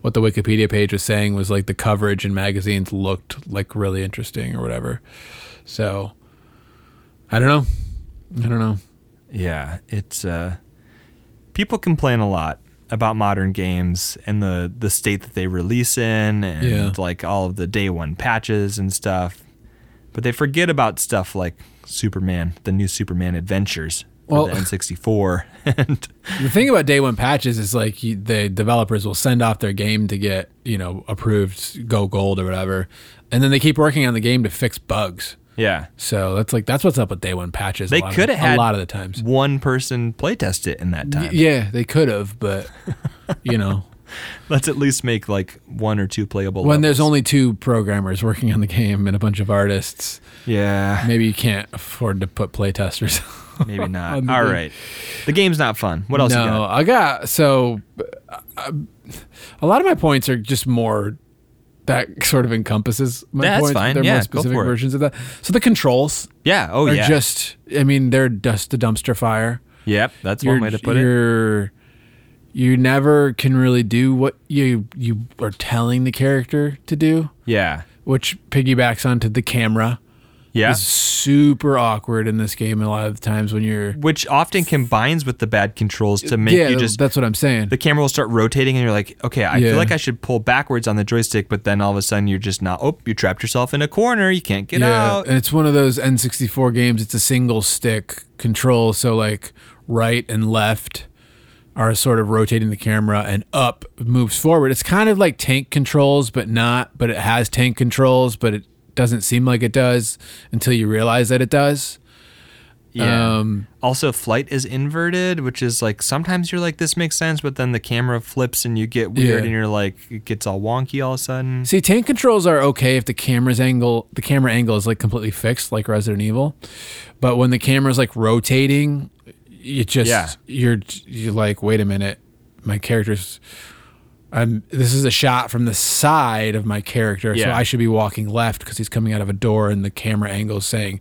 Speaker 1: what the wikipedia page was saying was like the coverage in magazines looked like really interesting or whatever so i don't know i don't know
Speaker 2: Yeah, it's uh, people complain a lot about modern games and the the state that they release in, and
Speaker 1: Yeah.
Speaker 2: like all of the day one patches and stuff. But they forget about stuff like Superman, the new Superman Adventures
Speaker 1: Well-
Speaker 2: for the N64, and
Speaker 1: The thing about day one patches is like you, the developers will send off their game to get you know approved, go gold or whatever, and then they keep working on the game to fix bugs.
Speaker 2: yeah,
Speaker 1: So that's like that's what's up with day one patches.
Speaker 2: They
Speaker 1: a lot of-
Speaker 2: coulda had
Speaker 1: a lot of the times.
Speaker 2: one person playtest it in that time.
Speaker 1: Yeah, they could have, but you know
Speaker 2: Let's at least make like one or two playable.
Speaker 1: when there's
Speaker 2: levels.
Speaker 1: only two programmers working on the game and a bunch of artists,
Speaker 2: yeah,
Speaker 1: maybe you can't afford to put playtesters.
Speaker 2: maybe not.
Speaker 1: on the
Speaker 2: All
Speaker 1: game.
Speaker 2: right, the game's not fun. What else?
Speaker 1: no,
Speaker 2: you got?
Speaker 1: I got so uh, a lot of my points are just more that sort of encompasses my
Speaker 2: That's
Speaker 1: points.
Speaker 2: fine.
Speaker 1: They're
Speaker 2: Yeah,
Speaker 1: more
Speaker 2: go
Speaker 1: specific
Speaker 2: for it.
Speaker 1: versions of that. So the controls
Speaker 2: Yeah. Oh
Speaker 1: are
Speaker 2: yeah.
Speaker 1: just I mean, they're just a dumpster fire.
Speaker 2: yep. That's
Speaker 1: You're-
Speaker 2: one way to put it.
Speaker 1: you're- you never can really do what you you are telling the character to do,
Speaker 2: Yeah.
Speaker 1: which piggybacks onto the camera
Speaker 2: Yeah.
Speaker 1: is super awkward in this game. A lot of the times when you're,
Speaker 2: Which often combines with the bad controls to make
Speaker 1: yeah,
Speaker 2: you just
Speaker 1: that's what I'm saying.
Speaker 2: the camera will start rotating and you're like, okay, I
Speaker 1: Yeah.
Speaker 2: feel like I should pull backwards on the joystick, but then all of a sudden you're just not. Oh, you trapped yourself in a corner. You can't get
Speaker 1: yeah, uh,
Speaker 2: out.
Speaker 1: and it's one of those N64 games. It's a single stick control, so like right and left are sort of rotating the camera, and up moves forward. It's kind of like tank controls, but not. But it has tank controls, but it doesn't seem like it does until you realize that it does.
Speaker 2: Yeah.
Speaker 1: Um,
Speaker 2: also, flight is inverted, which is like sometimes you're like, this makes sense, but then the camera flips and you get weird
Speaker 1: Yeah.
Speaker 2: and you're like, it gets all wonky all of a sudden.
Speaker 1: See, tank controls are okay if the camera's angle, the camera angle is like completely fixed, like Resident Evil. But when the camera's like rotating, you just
Speaker 2: Yeah.
Speaker 1: you're you're like, wait a minute, my character's. I'm. This is a shot from the side of my character, so
Speaker 2: Yeah.
Speaker 1: I should be walking left because he's coming out of a door, and the camera angle is saying,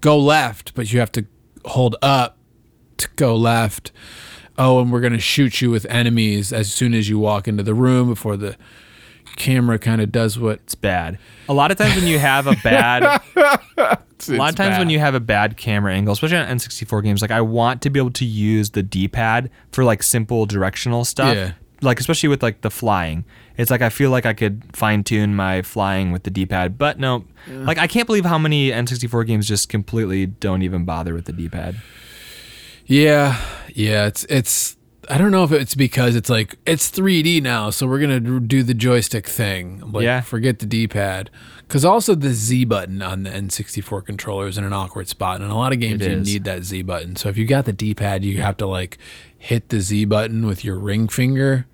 Speaker 1: "Go left," but you have to hold up to go left. Oh, and we're gonna shoot you with enemies as soon as you walk into the room before the camera kind of does what
Speaker 2: It's bad. A lot of times when you have a bad a lot of times when you have a bad camera angle, especially on N64 games, like I want to be able to use the D-pad for like simple directional stuff.
Speaker 1: Yeah.
Speaker 2: Like especially with like the flying, it's like I feel like I could fine tune my flying with the D-pad, but no, like I can't believe how many N64 games just completely don't even bother with the D-pad.
Speaker 1: Yeah, yeah. It's it's. I don't know if it's because it's like it's 3D now, so we're gonna do the joystick thing. Like,
Speaker 2: Yeah.
Speaker 1: Forget the D-pad, because also the Z button on the N64 controller is in an awkward spot. In a lot of games,
Speaker 2: It
Speaker 1: you
Speaker 2: is.
Speaker 1: need that Z button. So if you got the D-pad, you have to like hit the Z button with your ring finger.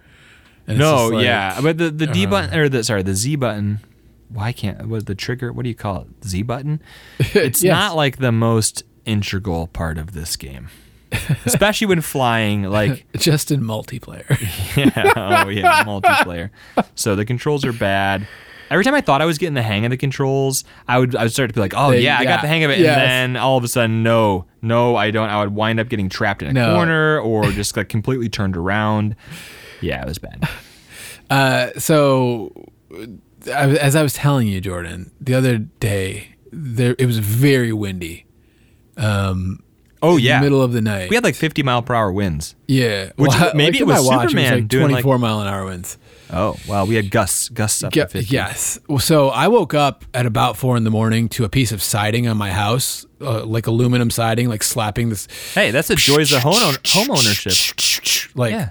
Speaker 1: And it's
Speaker 2: No,
Speaker 1: just like- uh-huh.
Speaker 2: yeah, but the the D button or the sorry the Z button. Why can't what the trigger? What do you call it? Z button. It's
Speaker 1: Yes.
Speaker 2: not like the most integral part of this game, especially when flying. Like,
Speaker 1: Just in multiplayer.
Speaker 2: yeah, oh yeah, multiplayer. So the controls are bad. Every time I thought I was getting the hang of the controls, I would I would start to be like, oh
Speaker 1: They-
Speaker 2: yeah, I
Speaker 1: yeah,
Speaker 2: got the hang of it,
Speaker 1: yes.
Speaker 2: and then all of a sudden, no, no, I don't. I would wind up getting trapped in a
Speaker 1: No.
Speaker 2: corner or just like completely turned around. Yeah, it was bad.
Speaker 1: Uh, so I, as I was telling you, Jordan, the other day, there it was very windy.
Speaker 2: Oh
Speaker 1: in the
Speaker 2: yeah,
Speaker 1: middle of the night.
Speaker 2: We had like 50 mile per hour winds.
Speaker 1: yeah,
Speaker 2: Which-
Speaker 1: Well, I looked
Speaker 2: maybe it
Speaker 1: at my
Speaker 2: was
Speaker 1: watch,
Speaker 2: Superman
Speaker 1: it was like
Speaker 2: doing, like-
Speaker 1: 24 mile an hour winds.
Speaker 2: Oh, wow. We had gusts, gusts up
Speaker 1: Ye-
Speaker 2: to 50.
Speaker 1: yes. Well, So I woke up at about four in the morning to a piece of siding on my house, uh, like aluminum siding, like slapping this,
Speaker 2: Hey, that's the joys of home, home ownership.
Speaker 1: like
Speaker 2: Yeah.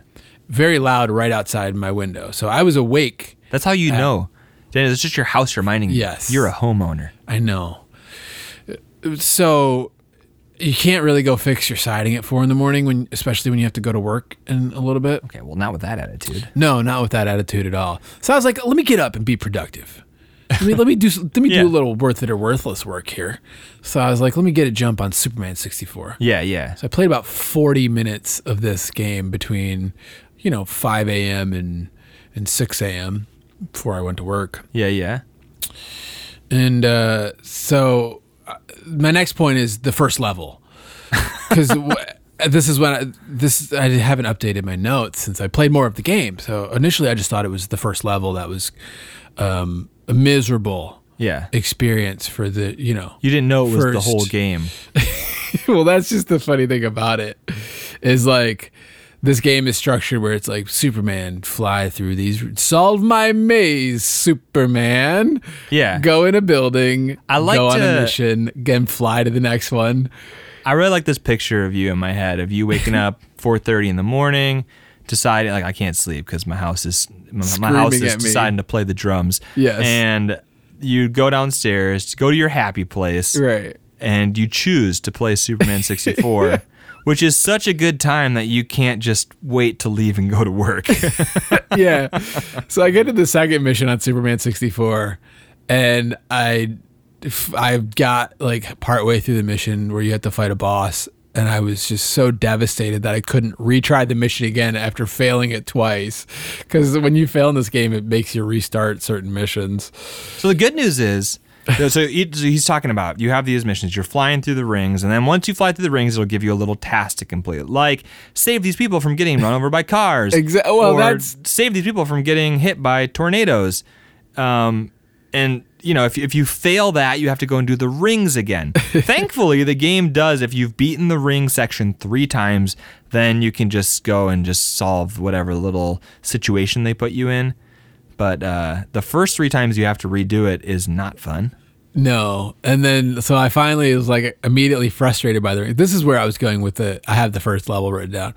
Speaker 1: very loud right outside my window. So I was awake.
Speaker 2: That's how you know. Dan, it's just your house reminding you.
Speaker 1: Yes.
Speaker 2: You're a homeowner.
Speaker 1: I know. So you can't really go fix your siding at four in the morning when, especially when you have to go to work in a little bit.
Speaker 2: Okay, well, not with that attitude.
Speaker 1: No, not with that attitude at all. So I was like, let me get up and be productive. Let me let me do let me
Speaker 2: Yeah.
Speaker 1: do a little worth it or worthless work here. So I was like, let me get a jump on Superman 64.
Speaker 2: Yeah, yeah.
Speaker 1: So I played about 40 minutes of this game between, you know, 5 a.m. and and 6 a.m. before I went to work.
Speaker 2: Yeah, yeah.
Speaker 1: And uh, so uh, my next point is the first level. Because this is when I, this I haven't updated my notes since I played more of the game. So initially I just thought it was the first level that was um, a miserable
Speaker 2: Yeah.
Speaker 1: experience for the, you know.
Speaker 2: You didn't know it was the
Speaker 1: First.
Speaker 2: whole game.
Speaker 1: well, that's just the funny thing about it is like this game is structured where it's like Superman fly through these solve my maze Superman
Speaker 2: Yeah.
Speaker 1: go in a building
Speaker 2: I like
Speaker 1: go on
Speaker 2: to-
Speaker 1: a mission again fly to the next one
Speaker 2: I really like this picture of you in my head of you waking up 4:30 in the morning, deciding like I can't sleep because my house is my, my house
Speaker 1: Screaming
Speaker 2: is
Speaker 1: at me.
Speaker 2: deciding to play the drums.
Speaker 1: Yes.
Speaker 2: and you go downstairs, go to your happy place,
Speaker 1: right
Speaker 2: and you choose to play Superman 64, which is such a good time that you can't just wait to leave and go to work.
Speaker 1: yeah so I get to the second mission on Superman 64 and I if I got like partway through the mission where you had to fight a boss and I was just so devastated that I couldn't retry the mission again after failing it twice cuz when you fail in this game it makes you restart certain missions
Speaker 2: so the good news is. So so he- so he's talking about you have these missions. You're flying through the rings, and then once you fly through the rings, it'll give you a little task to complete, like save these people from getting run over by cars.
Speaker 1: Exa- well,
Speaker 2: or
Speaker 1: that's-
Speaker 2: save these people from getting hit by tornadoes. Um, and you know, if, if you fail that, you have to go and do the rings again. Thankfully, the game does, if you've beaten the ring section three times, then you can just go and just solve whatever little situation they put you in. But uh, the first three times you have to redo it is not fun.
Speaker 1: No. And then, so I finally was like immediately frustrated by the ring. This is where I was going with the, I have the first level written down.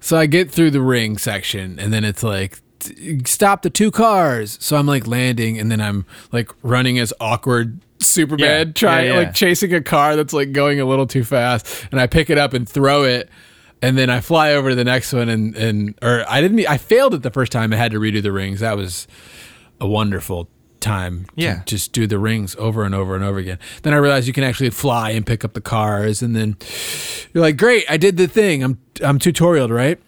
Speaker 1: So I get through the ring section and then it's like, t- stop the two cars. So I'm like landing and then I'm like running as awkward Superman,
Speaker 2: Yeah,
Speaker 1: trying,
Speaker 2: yeah, yeah.
Speaker 1: like chasing a car that's like going a little too fast. And I pick it up and throw it. And then I fly over to the next one and, and, or I didn't, e, I failed it the first time. I had to redo the rings. That was, a wonderful time to
Speaker 2: Yeah.
Speaker 1: just do the rings over and over and over again. Then I realized you can actually fly and pick up the cars and then you're like, "Great, I did the thing. I'm I'm tutorialed, right?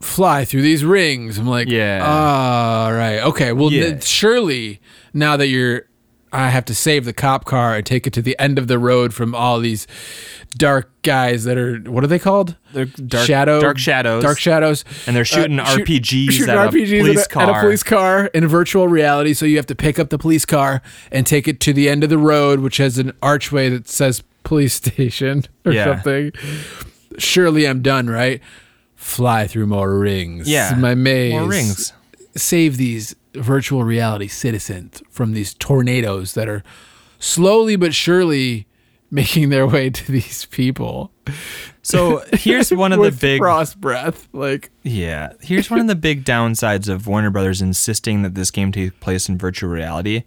Speaker 1: Fly through these rings." I'm like,
Speaker 2: Yeah.
Speaker 1: All right. Okay. Well,
Speaker 2: Yeah.
Speaker 1: then surely now that you're I have to save the cop car and take it to the end of the road from all these dark guys that are what are they called?
Speaker 2: They're dark-
Speaker 1: shadow
Speaker 2: dark shadows.
Speaker 1: Dark shadows. Uh,
Speaker 2: And they're shooting
Speaker 1: shoot-
Speaker 2: RPGs
Speaker 1: shooting
Speaker 2: at a
Speaker 1: RPGs
Speaker 2: police
Speaker 1: at, at a
Speaker 2: car.
Speaker 1: police car in virtual reality. So you have to pick up the police car and take it to the end of the road, which has an archway that says police station or
Speaker 2: Yeah.
Speaker 1: something. Surely I'm done, right? Fly through more rings.
Speaker 2: Yeah.
Speaker 1: My maze.
Speaker 2: More rings.
Speaker 1: Save these virtual reality citizens from these tornadoes that are slowly but surely making their way to these people.
Speaker 2: So here's one of the
Speaker 1: With
Speaker 2: big
Speaker 1: frost breath. Like
Speaker 2: Yeah. Here's one of the big downsides of Warner Brothers insisting that this game take place in virtual reality.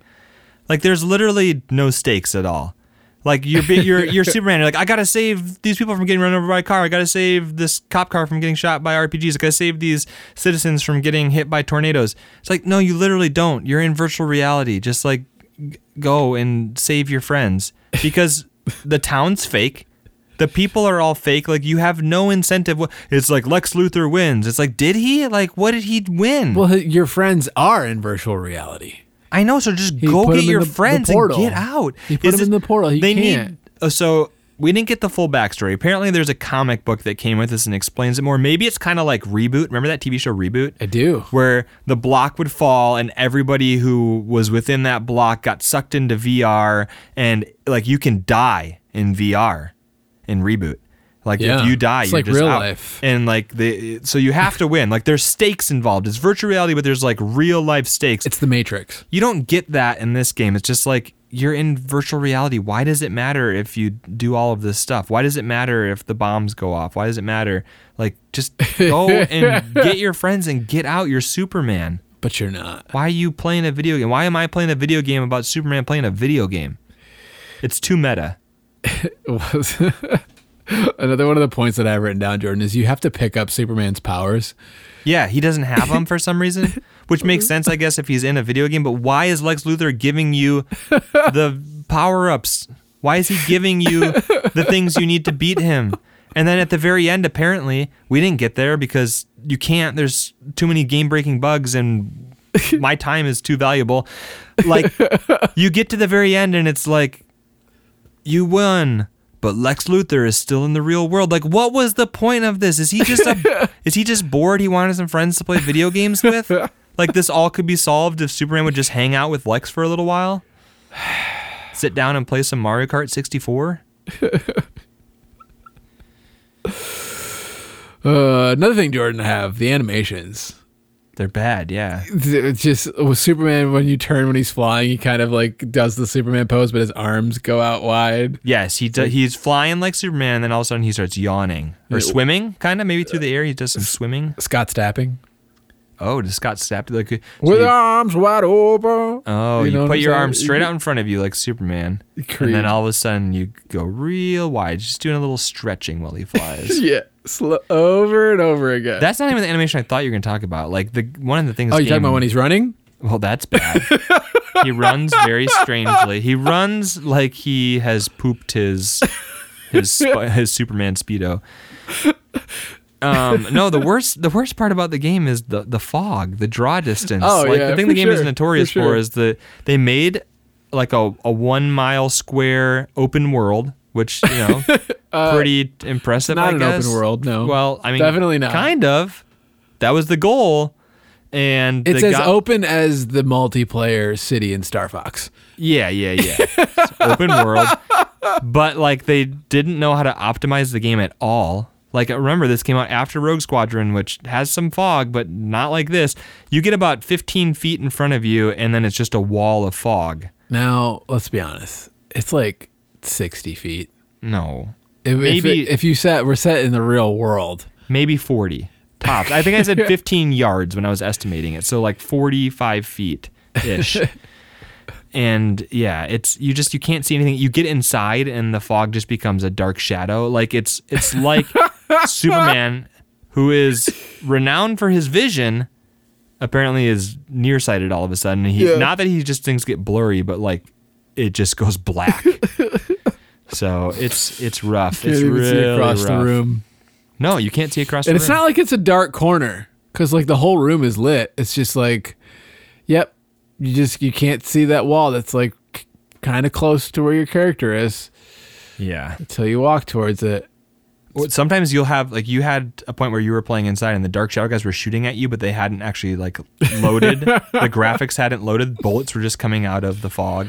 Speaker 2: Like there's literally no stakes at all. Like you're be- you're you're Superman. You're like I gotta save these people from getting run over by a car. I gotta save this cop car from getting shot by RPGs. I gotta save these citizens from getting hit by tornadoes. It's like no, you literally don't. You're in virtual reality. Just like g- go and save your friends because the town's fake. The people are all fake. Like you have no incentive. Wha- It's like Lex Luthor wins. It's like did he? Like what did he win?
Speaker 1: Well, h- your friends are in virtual reality.
Speaker 2: I know. So just
Speaker 1: He
Speaker 2: go
Speaker 1: put him
Speaker 2: get
Speaker 1: in
Speaker 2: your
Speaker 1: the- the
Speaker 2: friends and
Speaker 1: portal.
Speaker 2: get out.
Speaker 1: He put
Speaker 2: Is
Speaker 1: him
Speaker 2: it-
Speaker 1: in the portal. He
Speaker 2: they
Speaker 1: can't.
Speaker 2: need. oh, So we didn't get the full backstory. Apparently, there's a comic book that came with this and explains it more. Maybe it's kind of like reboot. Remember that TV show reboot?
Speaker 1: I do.
Speaker 2: Where the block would fall and everybody who was within that block got sucked into VR and like you can die in VR in reboot. Like
Speaker 1: Yeah.
Speaker 2: if you die,
Speaker 1: It's
Speaker 2: you're
Speaker 1: like
Speaker 2: just
Speaker 1: real
Speaker 2: out.
Speaker 1: life.
Speaker 2: And like the so you have to win. Like there's stakes involved. It's virtual reality, but there's like real life stakes
Speaker 1: It's the Matrix.
Speaker 2: you don't get that in this game. It's just like you're in virtual reality. Why does it matter if you do all of this stuff? Why does it matter if the bombs go off? Why does it matter? Like just go and get your friends and get out. You're Superman.
Speaker 1: But you're not.
Speaker 2: Why are you playing a video game? Why am I playing a video game about Superman playing a video game? It's too meta.
Speaker 1: Was another one of the points that I've written down, Jordan, is you have to pick up Superman's powers.
Speaker 2: Yeah, he doesn't have them for some reason, which makes sense, I guess, if he's in a video game. But why is Lex Luthor giving you the power ups? Why is he giving you the things you need to beat him? And then at the very end, apparently, we didn't get there because you can't. There's too many game breaking bugs, and my time is too valuable. Like, you get to the very end, and it's like, you won. But Lex Luthor is still in the real world. Like, what was the point of this? Is he just a, is he just bored? He wanted some friends to play video games with. Like, this all could be solved if Superman would just hang out with Lex for a little while, sit down and play some Mario Kart 64.
Speaker 1: Uh, another thing, Jordan, I have the animations.
Speaker 2: They're bad, yeah.
Speaker 1: It's just with Superman when you turn when he's flying, he kind of like does the Superman pose, but his arms go out wide.
Speaker 2: Yes, he do, he's flying like Superman, and then all of a sudden he starts yawning or swimming, kind of maybe through the air. He does some swimming.
Speaker 1: Scott stapping
Speaker 2: Oh, just got stabbed like. so
Speaker 1: with
Speaker 2: you-
Speaker 1: arms wide open.
Speaker 2: Oh,
Speaker 1: You
Speaker 2: you,
Speaker 1: know what
Speaker 2: put
Speaker 1: I'm
Speaker 2: your
Speaker 1: saying?
Speaker 2: arm straight out in front of you like Superman, and
Speaker 1: Creep.
Speaker 2: then all of a sudden you go real wide, just doing a little stretching while he flies.
Speaker 1: yeah, slow, over and over again.
Speaker 2: That's not even the animation I thought you were going to talk about. Like the one of the things.
Speaker 1: oh, you're
Speaker 2: game-
Speaker 1: talking about when he's running?
Speaker 2: Well, that's bad. he runs very strangely. He runs like he has pooped his his sp- his Superman speedo. Um, no, the worst the worst part about the game is the the fog, the draw distance.
Speaker 1: Oh,
Speaker 2: like
Speaker 1: yeah,
Speaker 2: the thing the
Speaker 1: for
Speaker 2: game is
Speaker 1: sure,
Speaker 2: notorious
Speaker 1: for
Speaker 2: for,
Speaker 1: sure.
Speaker 2: is the they made like a, a one mile square open world, which you know pretty impressive.
Speaker 1: Uh, not
Speaker 2: I
Speaker 1: an open
Speaker 2: guess.
Speaker 1: world, no.
Speaker 2: Well, I mean,
Speaker 1: Definitely not.
Speaker 2: Kind of. That was the goal and
Speaker 1: It's
Speaker 2: the
Speaker 1: as
Speaker 2: guy-
Speaker 1: open as the multiplayer city in Star Fox.
Speaker 2: Yeah, yeah, yeah. It's open world. But like they didn't know how to optimize the game at all. Like remember this came out after Rogue Squadron, which has some fog, but not like this. You get about 15 feet in front of you, and then it's just a wall of fog.
Speaker 1: Now, let's be honest. It's like 60 feet.
Speaker 2: No,
Speaker 1: If, if,
Speaker 2: Maybe-
Speaker 1: it- if you set, we're set in the real world.
Speaker 2: maybe 40 tops. I think I said 15 yards when I was estimating it, so like 45 feet ish. and yeah, it's you just you can't see anything. You get inside, and the fog just becomes a dark shadow. Like it's it's like Superman, who is renowned for his vision. Apparently, is nearsighted all of a sudden. He,
Speaker 1: Yeah.
Speaker 2: Not that he just things get blurry, but like it just goes black. so it's it's rough.
Speaker 1: Can't
Speaker 2: it's
Speaker 1: even
Speaker 2: really
Speaker 1: see across
Speaker 2: rough.
Speaker 1: the room.
Speaker 2: No, you can't see across.
Speaker 1: And
Speaker 2: the
Speaker 1: it's
Speaker 2: room.
Speaker 1: not like it's a dark corner because like the whole room is lit. It's just like, yep, you just you can't see that wall that's like kind of close to where your character is
Speaker 2: Yeah.
Speaker 1: until you walk towards it.
Speaker 2: Sometimes you'll have like you had a point where you were playing inside and the dark shadow guys were shooting at you, but they hadn't actually like loaded. the graphics hadn't loaded. Bullets were just coming out of the fog.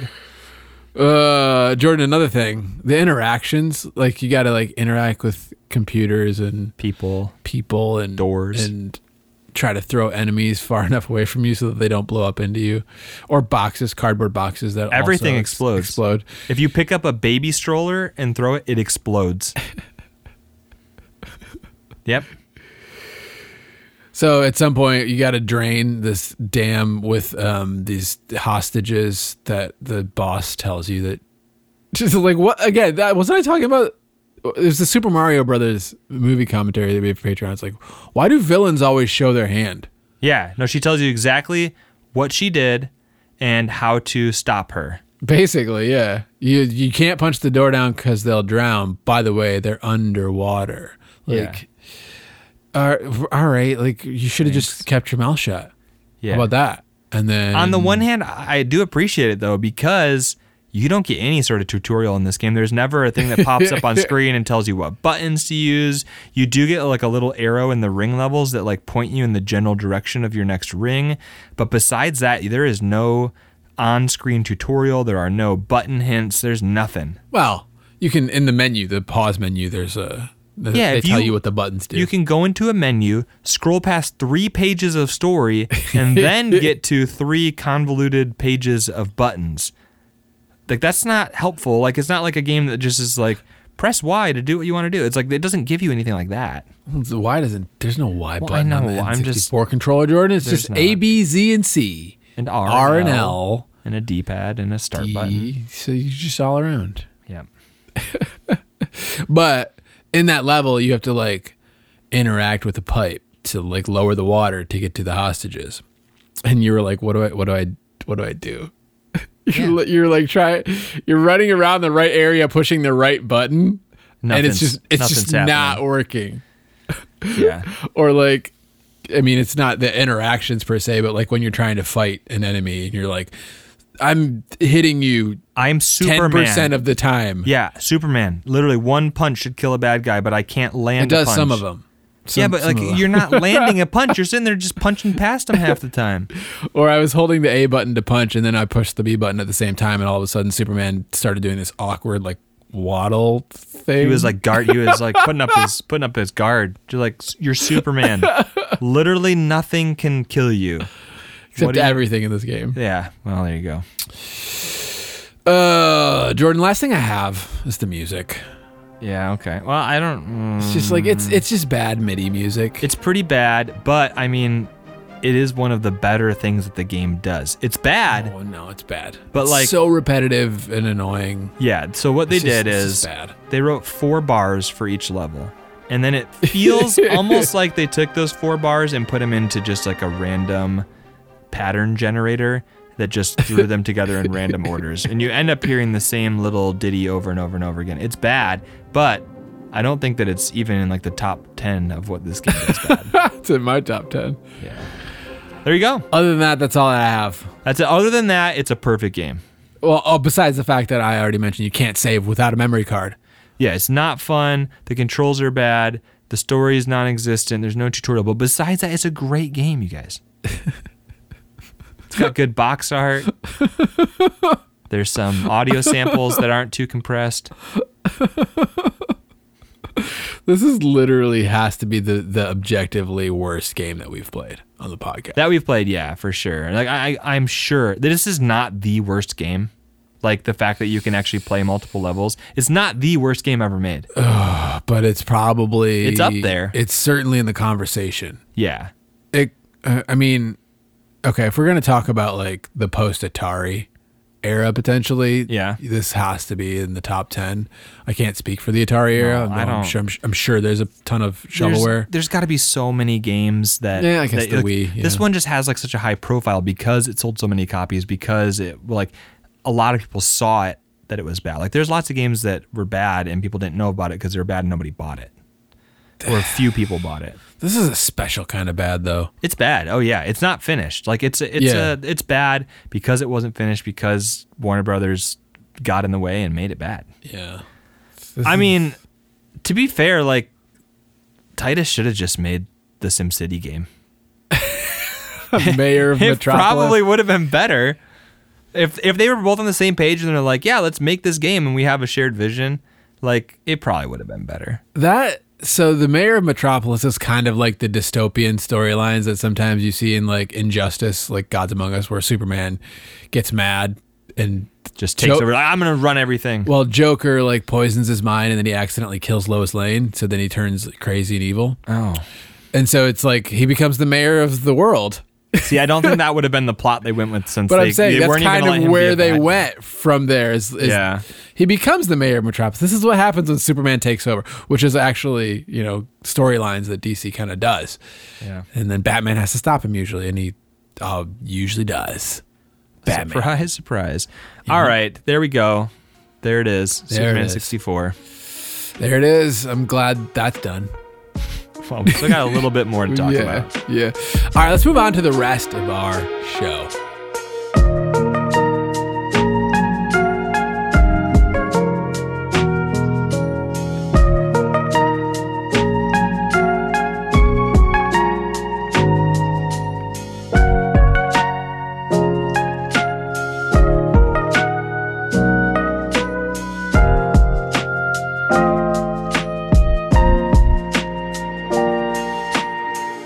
Speaker 1: Uh, Jordan, another thing, the interactions like you got to like interact with computers and
Speaker 2: People.
Speaker 1: people and
Speaker 2: Doors.
Speaker 1: and try to throw enemies far enough away from you so that they don't blow up into you or boxes cardboard boxes that also
Speaker 2: Everything
Speaker 1: ex-
Speaker 2: explodes.
Speaker 1: explode
Speaker 2: If you pick up a baby stroller and throw it, it explodes. yep.
Speaker 1: So at some point, you got to drain this dam with um, these hostages that the boss tells you that. Just like what again? That wasn't I talking about? There's the Super Mario Brothers movie commentary that we have for Patreon. It's like, why do villains always show their hand?
Speaker 2: Yeah. No, she tells you exactly what she did and how to stop her.
Speaker 1: Basically, yeah. You you can't punch the door down because they'll drown. By the way, they're underwater. Like, all- all right. Like you should have just kept your mouth shut.
Speaker 2: Yeah.
Speaker 1: How about that? And then
Speaker 2: on the one hand, I I do appreciate it though because you don't get any sort of tutorial in this game. There's never a thing that pops up on screen and tells you what buttons to use. You do get like a little arrow in the ring levels that like point you in the general direction of your next ring, but besides that, there is no on-screen tutorial. There are no button hints. There's nothing.
Speaker 1: Well, you can in the menu, the pause menu. There's a the,
Speaker 2: Yeah,
Speaker 1: They
Speaker 2: if
Speaker 1: tell
Speaker 2: you-
Speaker 1: you what the buttons do.
Speaker 2: You can go into a menu, scroll past three pages of story, and then get to three convoluted pages of buttons. Like that's not helpful. Like it's not like a game that just is like press Y to do what you want to do. It's like it doesn't give you anything like that.
Speaker 1: The why doesn't there's no Y
Speaker 2: I
Speaker 1: button on
Speaker 2: know,
Speaker 1: the
Speaker 2: I'm
Speaker 1: N64
Speaker 2: just-
Speaker 1: controller, Jordan. It's
Speaker 2: There's
Speaker 1: just
Speaker 2: not.
Speaker 1: A, B, Z, and C,
Speaker 2: And R,
Speaker 1: R and L,
Speaker 2: and a D-pad and a start button.
Speaker 1: E. So you're just all around.
Speaker 2: Yeah.
Speaker 1: But in that level, you have to like interact with the pipe to like lower the water to get to the hostages. And you were like, "What do I? What do I? What do I do?" You're, li- you're like try. You're running around the right area, pushing the right button, and it's
Speaker 2: Nothing's-
Speaker 1: just it's
Speaker 2: nothing's
Speaker 1: just not
Speaker 2: happening.
Speaker 1: working.
Speaker 2: Yeah.
Speaker 1: Or like, I mean, it's not the interactions per se, but like when you're trying to fight an enemy and you're like, "I'm hitting you
Speaker 2: I'm
Speaker 1: ten
Speaker 2: Superman.
Speaker 1: percent of the time."
Speaker 2: yeah, Superman. Literally one punch should kill a bad guy, but I can't land
Speaker 1: it does
Speaker 2: a punch.
Speaker 1: some of them.
Speaker 2: yeah,
Speaker 1: Some-
Speaker 2: but
Speaker 1: some
Speaker 2: like
Speaker 1: of 'em.
Speaker 2: you're not landing a punch. You're sitting there just punching past him half the time.
Speaker 1: Or I was holding the A button to punch and then I pushed the B button at the same time and all of a sudden Superman started doing this awkward like waddle thing.
Speaker 2: He was like guard. He was like putting up his putting up his guard. You're like "S- you're Superman. Literally nothing can kill you. what
Speaker 1: except
Speaker 2: do you-
Speaker 1: everything in this game.
Speaker 2: Yeah. Well, there you go.
Speaker 1: Uh Jordan, last thing I have is the music.
Speaker 2: Yeah. Okay. Well, I don't.
Speaker 1: It's
Speaker 2: mm,
Speaker 1: just like it's it's just bad MIDI music.
Speaker 2: it's pretty bad, but I mean, it is one of the better things that the game does. It's bad.
Speaker 1: oh no, it's bad.
Speaker 2: But,
Speaker 1: It's
Speaker 2: like-
Speaker 1: so repetitive and annoying.
Speaker 2: Yeah. So what they
Speaker 1: It's just-
Speaker 2: did
Speaker 1: it's
Speaker 2: is
Speaker 1: just bad.
Speaker 2: they wrote four bars for each level. And then it feels almost like they took those four bars and put them into just like a random pattern generator that just threw them together in random orders. And you end up hearing the same little ditty over and over and over again. It's bad, but I don't think that it's even in like the top 10 of what this game is bad.
Speaker 1: It's in my top ten.
Speaker 2: Yeah. There you go.
Speaker 1: Other than that, that's all I have.
Speaker 2: That's it. Other than that, it's a perfect game.
Speaker 1: Well, oh, besides the fact that I already mentioned you can't save without a memory card.
Speaker 2: Yeah, it's not fun. The controls are bad. The story is non-existent. There's no tutorial, but besides that, it's a great game, you guys. it's got good box art. There's some audio samples that aren't too compressed.
Speaker 1: This is literally has to be the the objectively worst game that we've played on the podcast.
Speaker 2: That we've played, yeah, for sure. Like I, I- I'm sure that this is not the worst game. Like the fact that you can actually play multiple levels, it's not the worst game ever made.
Speaker 1: but it's probably
Speaker 2: It's up there.
Speaker 1: It's certainly in the conversation.
Speaker 2: Yeah,
Speaker 1: It. Uh, I mean, okay, if we're gonna talk about like the post Atari era potentially,
Speaker 2: Yeah.
Speaker 1: this has to be in the top ten. I can't speak for the Atari era.
Speaker 2: No, I
Speaker 1: I
Speaker 2: don't-
Speaker 1: am sure, I'm, su- I'm sure there's a ton of
Speaker 2: There's-
Speaker 1: shovelware.
Speaker 2: there's got to be so many games that.
Speaker 1: Yeah, I guess
Speaker 2: that,
Speaker 1: the
Speaker 2: like,
Speaker 1: Wii,
Speaker 2: This
Speaker 1: yeah.
Speaker 2: one just has like such a high profile because it sold so many copies because it like a lot of people saw it that it was bad. Like there's lots of games that were bad and people didn't know about it because they were bad and nobody bought it, or few people bought it.
Speaker 1: This is a special kind of bad though.
Speaker 2: It's bad. Oh yeah, it's not finished. Like it's it's
Speaker 1: Yeah.
Speaker 2: uh, it's bad because it wasn't finished because Warner Brothers got in the way and made it bad.
Speaker 1: Yeah.
Speaker 2: I mean, to be fair, like Titus should have just made the SimCity game.
Speaker 1: mayor of
Speaker 2: It
Speaker 1: Metropolis.
Speaker 2: probably would have been better if if they were both on the same page and they're like, yeah, let's make this game and we have a shared vision. Like it probably would have been better.
Speaker 1: That so the mayor of Metropolis is kind of like the dystopian storylines that sometimes you see in like Injustice, like Gods Among Us, where Superman gets mad and
Speaker 2: Just takes
Speaker 1: Joe-
Speaker 2: over. Like, I'm gonna run everything.
Speaker 1: well, Joker like poisons his mind and then he accidentally kills Lois Lane, so then he turns crazy and evil.
Speaker 2: oh,
Speaker 1: And so it's like he becomes the mayor of the world.
Speaker 2: see, I don't think that would have been the plot they went with since.
Speaker 1: But
Speaker 2: they,
Speaker 1: I'm saying
Speaker 2: they
Speaker 1: that's
Speaker 2: weren't even
Speaker 1: kind
Speaker 2: gonna let him
Speaker 1: of
Speaker 2: be
Speaker 1: where
Speaker 2: a
Speaker 1: they
Speaker 2: bad-
Speaker 1: went from there. Is, is
Speaker 2: Yeah.
Speaker 1: he becomes the mayor of Metropolis. This is what happens when Superman takes over, which is actually you know storylines that DC kind of does.
Speaker 2: Yeah.
Speaker 1: And then Batman has to stop him usually, and he uh, usually does. Batman.
Speaker 2: Surprise, surprise. All right, there we go. There it is.
Speaker 1: There it
Speaker 2: Superman
Speaker 1: is.
Speaker 2: 64.
Speaker 1: There it is. I'm glad that's done.
Speaker 2: Well, we still got a little bit more to talk
Speaker 1: yeah,
Speaker 2: about.
Speaker 1: yeah. All right, let's move on to the rest of our show.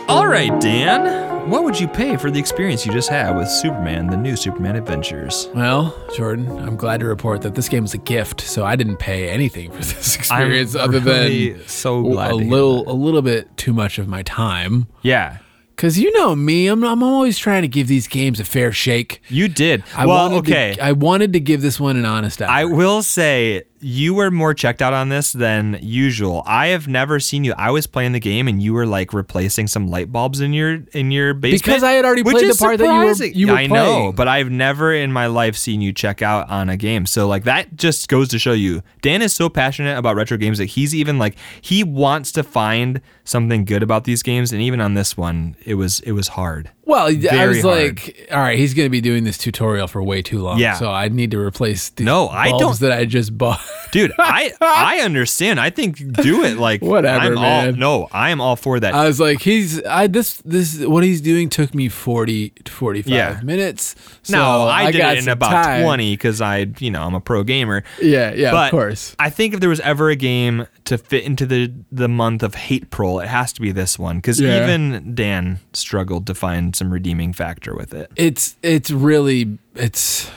Speaker 2: All right, Dan. What would you pay for the experience you just had with Superman, the new Superman Adventures?
Speaker 1: Well, Jordan, I'm glad to report that this game was a gift, so I didn't pay anything for this experience other
Speaker 2: really
Speaker 1: than
Speaker 2: so glad
Speaker 1: a
Speaker 2: to hear
Speaker 1: little a little bit too much of my time.
Speaker 2: Yeah,
Speaker 1: Cause you know me, I'm I'm always trying to give these games a fair shake.
Speaker 2: you did.
Speaker 1: I
Speaker 2: well,
Speaker 1: wanted to-
Speaker 2: okay.
Speaker 1: I wanted to give this one an honest
Speaker 2: I
Speaker 1: hour.
Speaker 2: will say you were more checked out on this than usual. I have never seen you. I was playing the game and you were like replacing some light bulbs in your in your basement.
Speaker 1: I had already
Speaker 2: which
Speaker 1: played
Speaker 2: is
Speaker 1: the part that you were-
Speaker 2: surprising.
Speaker 1: you were
Speaker 2: I know,
Speaker 1: playing.
Speaker 2: but I've never in my life seen you check out on a game. So like that just goes to show you Dan is so passionate about retro games that he's even like he wants to find something good about these games and even on this one it was it was hard.
Speaker 1: well, I
Speaker 2: very
Speaker 1: was
Speaker 2: hard.
Speaker 1: like, all right, he's gonna be doing this tutorial for way too long.
Speaker 2: Yeah.
Speaker 1: So I need to replace these
Speaker 2: No, I
Speaker 1: bulbs
Speaker 2: don't-
Speaker 1: that I just bought.
Speaker 2: Dude, I I understand. I think do it like
Speaker 1: Whatever,
Speaker 2: I'm all
Speaker 1: man. Uh,
Speaker 2: no, I am all for that.
Speaker 1: I was like, he's I this this what he's doing took me 40 to 45
Speaker 2: Yeah.
Speaker 1: minutes. So
Speaker 2: No, I, did
Speaker 1: got
Speaker 2: it in
Speaker 1: some
Speaker 2: about
Speaker 1: time.
Speaker 2: 20 because I, you know, I'm a pro gamer.
Speaker 1: Yeah, yeah,
Speaker 2: but
Speaker 1: of course.
Speaker 2: I think if there was ever a game to fit into the the month of hate prol, it has to be this one because
Speaker 1: Yeah.
Speaker 2: even Dan struggled to find some redeeming factor with it.
Speaker 1: It's it's really it's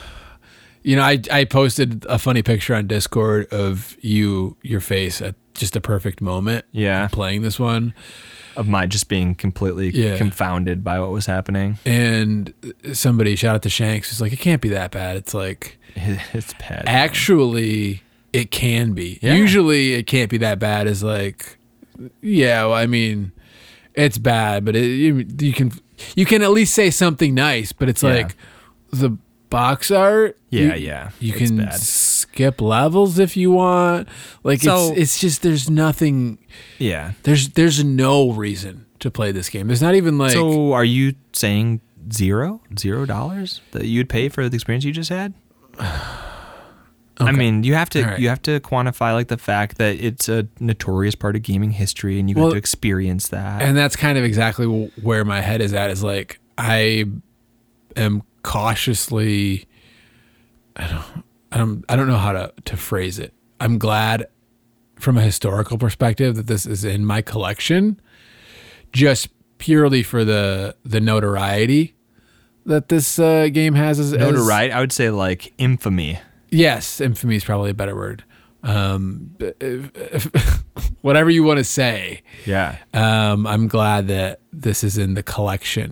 Speaker 1: you know, I I posted a funny picture on Discord of you your face at just a perfect moment
Speaker 2: Yeah,
Speaker 1: playing this one.
Speaker 2: of my just being completely
Speaker 1: Yeah.
Speaker 2: confounded by what was happening.
Speaker 1: and somebody shout out to Shanks who's like, it can't be that bad. It's like
Speaker 2: It's bad.
Speaker 1: actually it can be.
Speaker 2: Yeah.
Speaker 1: Usually it can't be that bad is like yeah, well, I mean it's bad, but it, you, you can you can at least say something nice, but it's
Speaker 2: Yeah.
Speaker 1: like the box art
Speaker 2: yeah,
Speaker 1: you-
Speaker 2: yeah.
Speaker 1: You
Speaker 2: it's
Speaker 1: can
Speaker 2: bad.
Speaker 1: skip levels if you want. Like
Speaker 2: So-
Speaker 1: it's it's just there's nothing
Speaker 2: Yeah.
Speaker 1: there's there's no reason to play this game. There's not even like
Speaker 2: so are you saying zero, zero dollars that you'd pay for the experience you just had? I
Speaker 1: Okay.
Speaker 2: mean, you have to
Speaker 1: All right.
Speaker 2: you have to quantify like the fact that it's a notorious part of gaming history, and you
Speaker 1: Well,
Speaker 2: get to experience that.
Speaker 1: and that's kind of exactly wh- where my head is at is like i am cautiously i don't i don't i don't know how to to phrase it i'm glad from a historical perspective that this is in my collection just purely for the the notoriety that this uh, game has as, as-
Speaker 2: Notoriety, I would say like infamy.
Speaker 1: yes infamy is probably a better word um but if- if- whatever you want to say
Speaker 2: Yeah.
Speaker 1: um, I'm glad that this is in the collection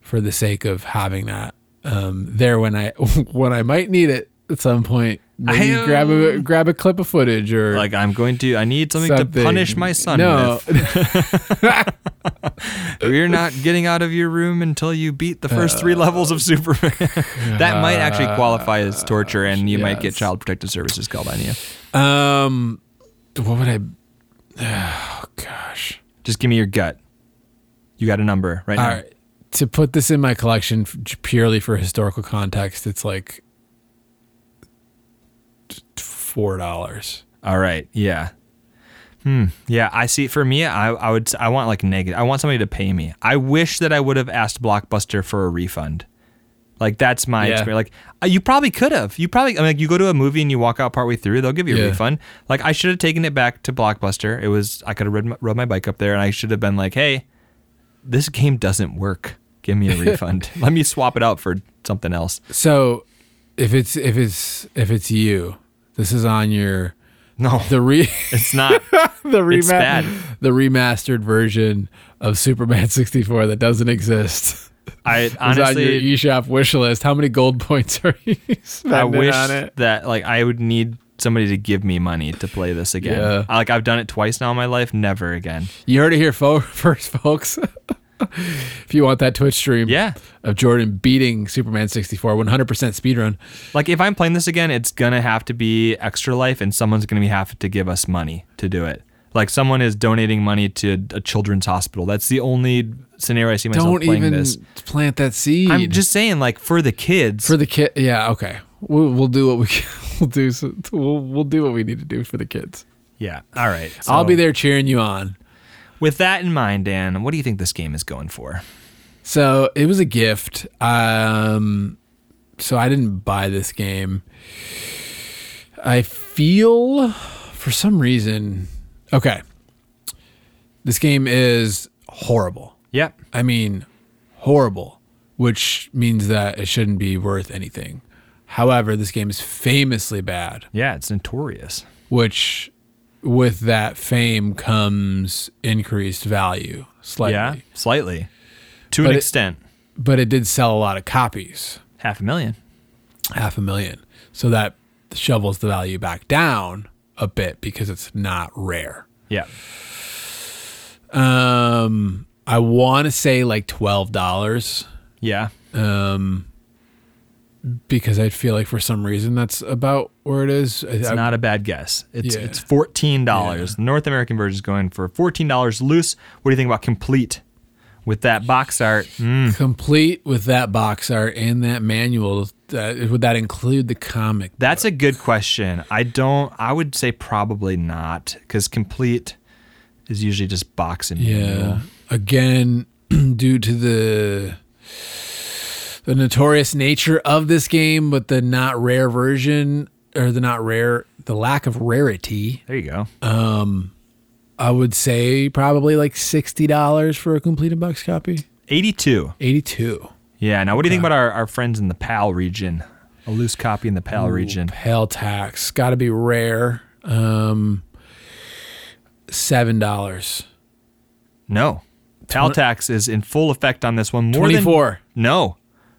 Speaker 1: for the sake of having that um, there when I when I might need it at some point. Maybe
Speaker 2: Ahem.
Speaker 1: grab a grab a clip of footage or
Speaker 2: um, Like I'm going to. I need something, to
Speaker 1: something.
Speaker 2: punish my son
Speaker 1: No,
Speaker 2: with. You're not getting out of your room until you beat the first
Speaker 1: Uh,
Speaker 2: three levels of Superman. that might actually qualify as torture, and you might get
Speaker 1: yes.
Speaker 2: child protective services called on you.
Speaker 1: um, what would I? Oh gosh!
Speaker 2: Just give me your gut. You got a number right
Speaker 1: All
Speaker 2: now.
Speaker 1: right, to put this in my collection f- purely for historical context, it's like four dollars.
Speaker 2: All right. Yeah. Hmm. Yeah. I see. For me, I, I would. I want like negative. I want somebody to pay me. I wish that I would have asked Blockbuster for a refund. Like that's my
Speaker 1: Yeah.
Speaker 2: experience. Like uh, you probably could have. You probably. I mean, like you go to a movie and you walk out partway through, they'll give you a
Speaker 1: Yeah.
Speaker 2: refund. Like I should have taken it back to Blockbuster. It was. I could have rode my, rode my bike up there, and I should have been like, "Hey, this game doesn't work. Give me a refund. Let me swap it out for something else."
Speaker 1: So, if it's if it's if it's you, this is on your
Speaker 2: No,
Speaker 1: the re
Speaker 2: it's not.
Speaker 1: the
Speaker 2: It's bad.
Speaker 1: remastered the remastered version of Superman 64 that doesn't exist.
Speaker 2: I
Speaker 1: Is
Speaker 2: honestly.
Speaker 1: on your eShop wish list. How many gold points are you spending
Speaker 2: I wish
Speaker 1: on it?
Speaker 2: that like I would need somebody to give me money to play this again.
Speaker 1: Yeah.
Speaker 2: I- Like I've done it twice now in my life, never again.
Speaker 1: You heard it here fo- first, folks. if you want that Twitch stream
Speaker 2: Yeah.
Speaker 1: of Jordan beating Superman 64 100% speedrun,
Speaker 2: Like if I'm playing this again, it's gonna have to be extra life and someone's gonna be have to give us money to do it. Like someone is donating money to a children's hospital. That's the only scenario I see myself
Speaker 1: don't
Speaker 2: playing
Speaker 1: even
Speaker 2: this.
Speaker 1: plant that seed.
Speaker 2: I'm just saying, like for the kids.
Speaker 1: for the kid. Yeah, okay. We'll, we'll do what we can. We'll do so, we'll, we'll do what we need to do for the kids.
Speaker 2: yeah. All right.
Speaker 1: I'll
Speaker 2: So,
Speaker 1: be there cheering you on.
Speaker 2: With that in mind, Dan, what do you think this game is going for?
Speaker 1: So it was a gift. Um, so I didn't buy this game. I feel for some reason. Okay. This game is horrible.
Speaker 2: Yep.
Speaker 1: I mean, horrible, which means that it shouldn't be worth anything. However, this game is famously bad
Speaker 2: Yeah, it's notorious.
Speaker 1: which with that fame comes increased value slightly.
Speaker 2: Yeah. Slightly. To
Speaker 1: But
Speaker 2: an
Speaker 1: it-
Speaker 2: extent.
Speaker 1: But it did sell a lot of copies,
Speaker 2: Half a million.
Speaker 1: half a million. So that shovels the value back down a bit because it's not rare.
Speaker 2: Yeah.
Speaker 1: Um I want to say like $12
Speaker 2: Yeah.
Speaker 1: because I feel like for some reason that's about where it is.
Speaker 2: It's not a bad guess. It's
Speaker 1: Yeah.
Speaker 2: it's fourteen dollars. The North American version is going for fourteen dollars loose. What do you think about complete with that box art? Mm,
Speaker 1: complete with that box art and that manual. Uh, would that include the comic?
Speaker 2: that's a good question. I don't I would say probably not, because complete is usually just box and manual.
Speaker 1: Yeah. Again, due to the the notorious nature of this game, but the not rare version or the not rare the lack of rarity,
Speaker 2: There you go.
Speaker 1: I would say probably like sixty dollars for a completed box copy.
Speaker 2: Eighty-two.
Speaker 1: Eighty two.
Speaker 2: Yeah. Now what do you think about our, our friends in the PAL region? A loose copy in the PAL region.
Speaker 1: Hell tax. Gotta be rare. Um seven dollars.
Speaker 2: No. PAL tax is in full effect on this one. More
Speaker 1: Twenty
Speaker 2: than
Speaker 1: four.
Speaker 2: No,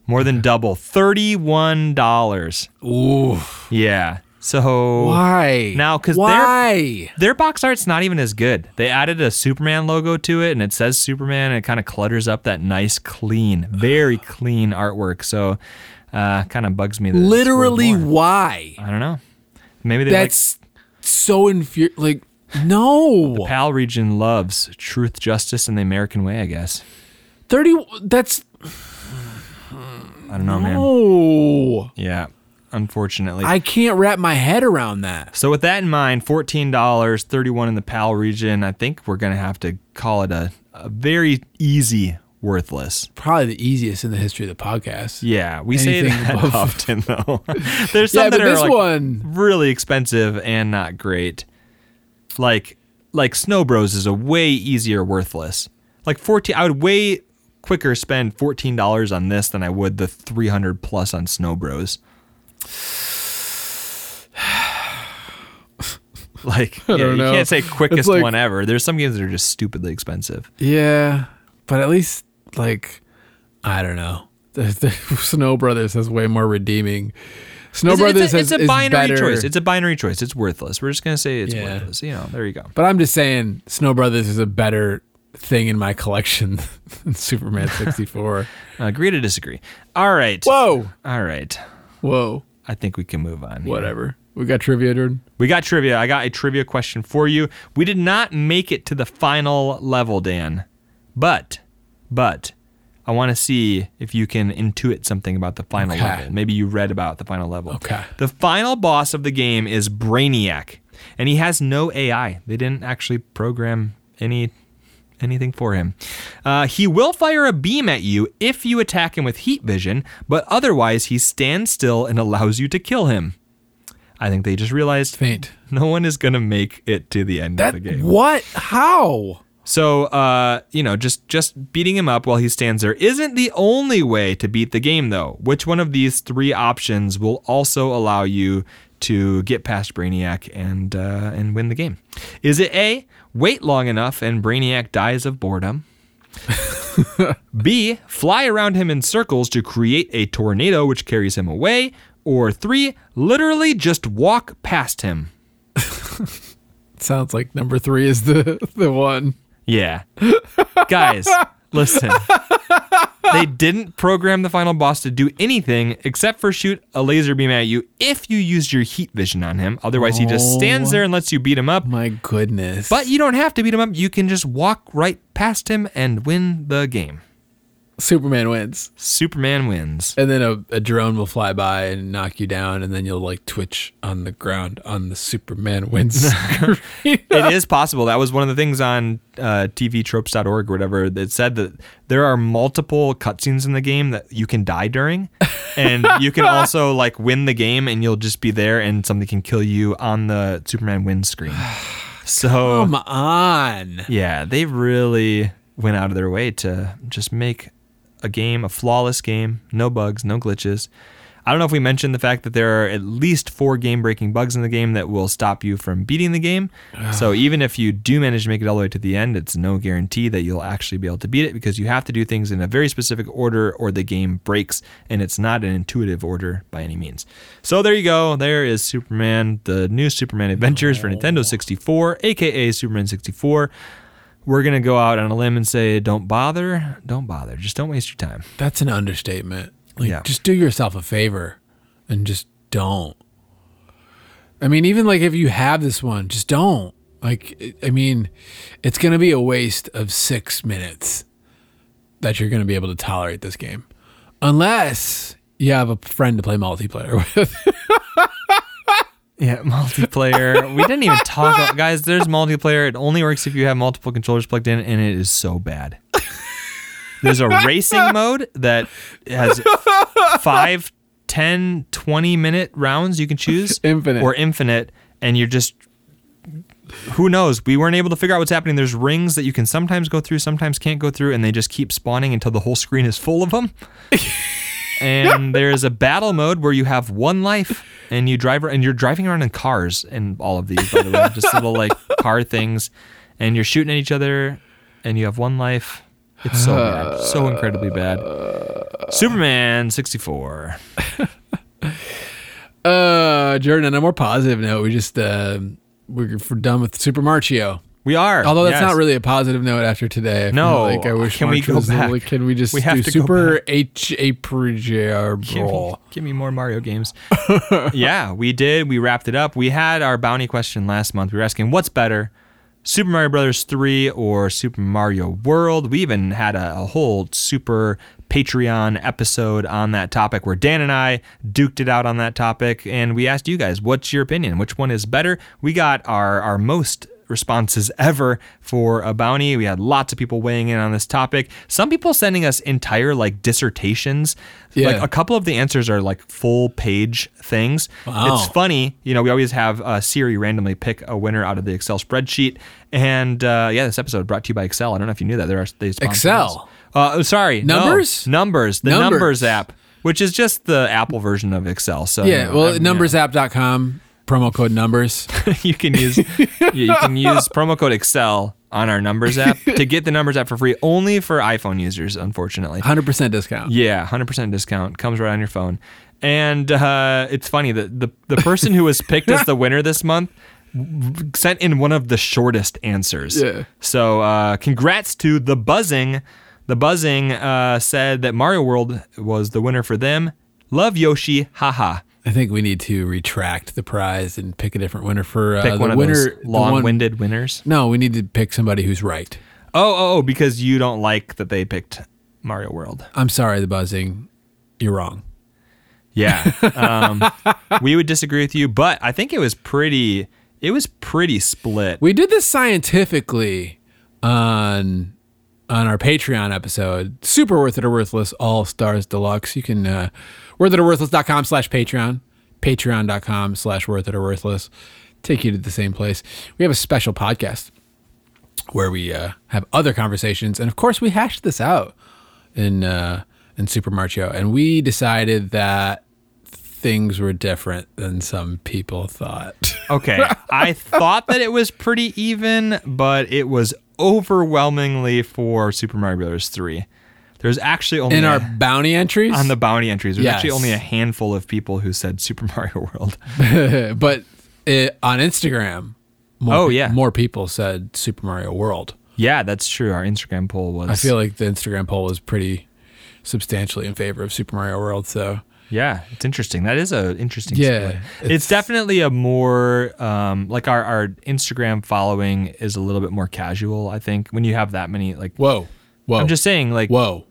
Speaker 2: more than double. Thirty-one dollars.
Speaker 1: Ooh.
Speaker 2: Yeah. So
Speaker 1: Why?
Speaker 2: Now, 'cause they're-
Speaker 1: why?
Speaker 2: their box art's not even as good. They added a Superman logo to it, and it says Superman, and it kind of clutters up that nice, clean, very clean artwork. So, uh, kind of bugs me. That it's worth
Speaker 1: Literally
Speaker 2: more.
Speaker 1: why?
Speaker 2: I don't know. Maybe they
Speaker 1: That's so infuri Like, no,
Speaker 2: like Pal region loves truth, justice, and the American way. I guess.
Speaker 1: thirty. That's
Speaker 2: I don't know, man.
Speaker 1: no.
Speaker 2: Yeah. unfortunately.
Speaker 1: I can't wrap my head around that.
Speaker 2: so with that in mind, fourteen dollars thirty-one in the PAL region. I think we're gonna have to call it a, a very easy worthless.
Speaker 1: Probably the easiest in the history of the podcast.
Speaker 2: Yeah, we say
Speaker 1: Anything
Speaker 2: that
Speaker 1: above-
Speaker 2: often though. There's some
Speaker 1: Yeah,
Speaker 2: that
Speaker 1: but
Speaker 2: are
Speaker 1: this
Speaker 2: like
Speaker 1: one-
Speaker 2: really expensive and not great. Like like Snow Bros is a way easier worthless. Like fourteen, I would way quicker spend fourteen dollars on this than I would the three hundred plus on Snow Bros. Like yeah,
Speaker 1: don't
Speaker 2: you
Speaker 1: know.
Speaker 2: can't say
Speaker 1: It's
Speaker 2: quickest
Speaker 1: like-
Speaker 2: one ever. There's some games that are just stupidly expensive.
Speaker 1: Yeah, but at least like I don't know. The, the Snow Brothers is way more redeeming. Snow
Speaker 2: It's a-
Speaker 1: Brothers
Speaker 2: it's a, it's
Speaker 1: has,
Speaker 2: a
Speaker 1: is
Speaker 2: binary
Speaker 1: better,
Speaker 2: choice. It's a binary choice. It's worthless. We're just gonna say it's
Speaker 1: Yeah.
Speaker 2: worthless. You know, there you go.
Speaker 1: but I'm just saying Snow Brothers is a better thing in my collection than Superman 64.
Speaker 2: Agree to disagree. All right.
Speaker 1: Whoa,
Speaker 2: All right.
Speaker 1: whoa,
Speaker 2: I think we can move on. here.
Speaker 1: whatever. We got trivia, Jordan.
Speaker 2: We got trivia. I got a trivia question for you. We did not make it to the final level, Dan. But, but, I want to see if you can intuit something about the final
Speaker 1: Okay.
Speaker 2: level. Maybe you read about the final level.
Speaker 1: Okay.
Speaker 2: The final boss of the game is Brainiac, and he has no AI. They didn't actually program any anything for him. Uh, he will fire a beam at you if you attack him with heat vision, but otherwise he stands still and allows you to kill him. I think they just realized
Speaker 1: Faint.
Speaker 2: no one is going to make it to the end
Speaker 1: That
Speaker 2: of the game.
Speaker 1: what? How?
Speaker 2: So, uh, you know, just just beating him up while he stands there isn't the only way to beat the game, though. Which one of these three options will also allow you to get past Brainiac and uh, and win the game? Is it A? Wait long enough and Brainiac dies of boredom. B. Fly around him in circles to create a tornado which carries him away. Or three, literally just walk past him.
Speaker 1: Sounds like number three is the the one.
Speaker 2: Yeah. Guys, listen. They didn't program the final boss to do anything except for shoot a laser beam at you if you used your heat vision on him. Otherwise, he just stands there and lets you beat him up.
Speaker 1: My goodness.
Speaker 2: But you don't have to beat him up. You can just walk right past him and win the game.
Speaker 1: Superman wins,
Speaker 2: Superman wins.
Speaker 1: and then a, a drone will fly by and knock you down, and then you'll like twitch on the ground on the Superman wins. screen.
Speaker 2: it is possible. That was one of the things on uh, TVTropes.org or whatever that said that there are multiple cutscenes in the game that you can die during, and you can also like win the game and you'll just be there and something can kill you on the Superman wins screen. So
Speaker 1: Come on.
Speaker 2: yeah, they really went out of their way to just make a game, a flawless game, no bugs, no glitches. I don't know if we mentioned the fact that there are at least four game breaking bugs in the game that will stop you from beating the game. So even if you do manage to make it all the way to the end, it's no guarantee that you'll actually be able to beat it because you have to do things in a very specific order or the game breaks and it's not an intuitive order by any means. So there you go. There is Superman, the new Superman Adventures for Nintendo 64, aka Superman 64 we're gonna go out on a limb and say, don't bother, don't bother, just don't waste your time.
Speaker 1: That's an understatement. Like,
Speaker 2: Yeah.
Speaker 1: just do yourself a favor and just don't. I mean, even like if you have this one, just don't. Like, it- I mean, it's going to be a waste of six minutes that you're going to be able to tolerate this game. Unless you have a friend to play multiplayer with.
Speaker 2: Yeah, multiplayer. we didn't even talk, about, guys. There's multiplayer. It only works if you have multiple controllers plugged in, and it is so bad. There's a racing mode that has five, 10, 20 minute rounds you can choose,
Speaker 1: Infinite.
Speaker 2: or infinite, and you're just who knows? We weren't able to figure out what's happening. There's rings that you can sometimes go through, sometimes can't go through, and they just keep spawning until the whole screen is full of them. and there's a battle mode where you have one life and you drive ar- and you're driving around in cars and all of these by the way, just little like car things, and you're shooting at each other, and you have one life. It's so bad, so incredibly bad. Superman 64.
Speaker 1: uh, Jordan, on a more positive note, we just, uh, we're we're done with Super Marchio.
Speaker 2: We are.
Speaker 1: Although that's
Speaker 2: yes.
Speaker 1: not really a positive note after today. I feel
Speaker 2: No,
Speaker 1: like I wish
Speaker 2: can we
Speaker 1: March
Speaker 2: go
Speaker 1: was a
Speaker 2: back?
Speaker 1: little- can we just
Speaker 2: We have
Speaker 1: do
Speaker 2: to go
Speaker 1: Super H A P J R
Speaker 2: Give me,
Speaker 1: brawl?
Speaker 2: give me more Mario games. yeah, we did. We wrapped it up. We had our bounty question last month. We were asking what's better, Super Mario Brothers 3 or Super Mario World. We even had a, a whole super Patreon episode on that topic where Dan and I duked it out on that topic and we asked you guys, what's your opinion? Which one is better? We got our, our most responses ever for a bounty. We had lots of people weighing in on this topic. Some people sending us entire like dissertations.
Speaker 1: Yeah.
Speaker 2: Like a couple of the answers are like full page things.
Speaker 1: Wow.
Speaker 2: It's funny. You know, we always have uh, Siri randomly pick a winner out of the Excel spreadsheet. And uh, yeah, this episode brought to you by Excel. I don't know if you knew that. There are they sponsor
Speaker 1: Excel?
Speaker 2: us. Uh, oh, sorry, no.
Speaker 1: Numbers?
Speaker 2: numbers, the numbers.
Speaker 1: Numbers.
Speaker 2: app, which is just the Apple version of Excel. So you
Speaker 1: Yeah,
Speaker 2: know,
Speaker 1: well,
Speaker 2: I mean,
Speaker 1: numbersapp.com, promo code numbers.
Speaker 2: you can use yeah, you can use promo code Excel on our numbers app to get the numbers app for free only for iPhone users, unfortunately.
Speaker 1: 100% discount.
Speaker 2: Yeah, hundred percent discount comes right on your phone. And uh, it's funny that the the person who was picked as the winner this month w- sent in one of the shortest answers.
Speaker 1: Yeah.
Speaker 2: So uh, congrats to the buzzing. The buzzing uh, said that Mario World was the winner for them. Love Yoshi, haha.
Speaker 1: I think we need to retract the prize and pick a different winner for uh,
Speaker 2: Pick
Speaker 1: the
Speaker 2: one of
Speaker 1: winner.
Speaker 2: those
Speaker 1: the one-
Speaker 2: long-winded winners.
Speaker 1: No, we need to pick somebody who's right.
Speaker 2: Oh, oh, oh, because you don't like that they picked Mario World.
Speaker 1: I'm sorry, the buzzing. You're wrong.
Speaker 2: Yeah. Um, we would disagree with you, but I think it was pretty it was pretty split.
Speaker 1: We did this scientifically on on our Patreon episode. Super worth it or worthless, all stars deluxe. You can uh worth it or worthless.com slash Patreon. Patreon.com slash worth it or worthless. Take you to the same place. We have a special podcast where we uh, have other conversations, and of course, we hashed this out in uh, in Super Mario, and we decided that things were different than some people thought.
Speaker 2: Okay. I thought that it was pretty even, but it was overwhelmingly for Super Mario Bros. 3. There's actually only
Speaker 1: in our
Speaker 2: a-
Speaker 1: bounty entries,
Speaker 2: on the bounty entries, there's actually
Speaker 1: Yes.
Speaker 2: only a handful of people who said Super Mario World.
Speaker 1: but it, on Instagram, more,
Speaker 2: Oh,
Speaker 1: pe-
Speaker 2: yeah.
Speaker 1: more people said Super Mario World.
Speaker 2: Yeah, that's true. Our Instagram poll was
Speaker 1: I feel like the Instagram poll was pretty substantially in favor of Super Mario World. So
Speaker 2: Yeah, it's interesting. That is a interesting
Speaker 1: Yeah,
Speaker 2: split. It's,
Speaker 1: it's-
Speaker 2: definitely a more um, like our, our Instagram following is a little bit more casual. I think when you have that many, like
Speaker 1: whoa, whoa,
Speaker 2: I'm just saying, like
Speaker 1: whoa.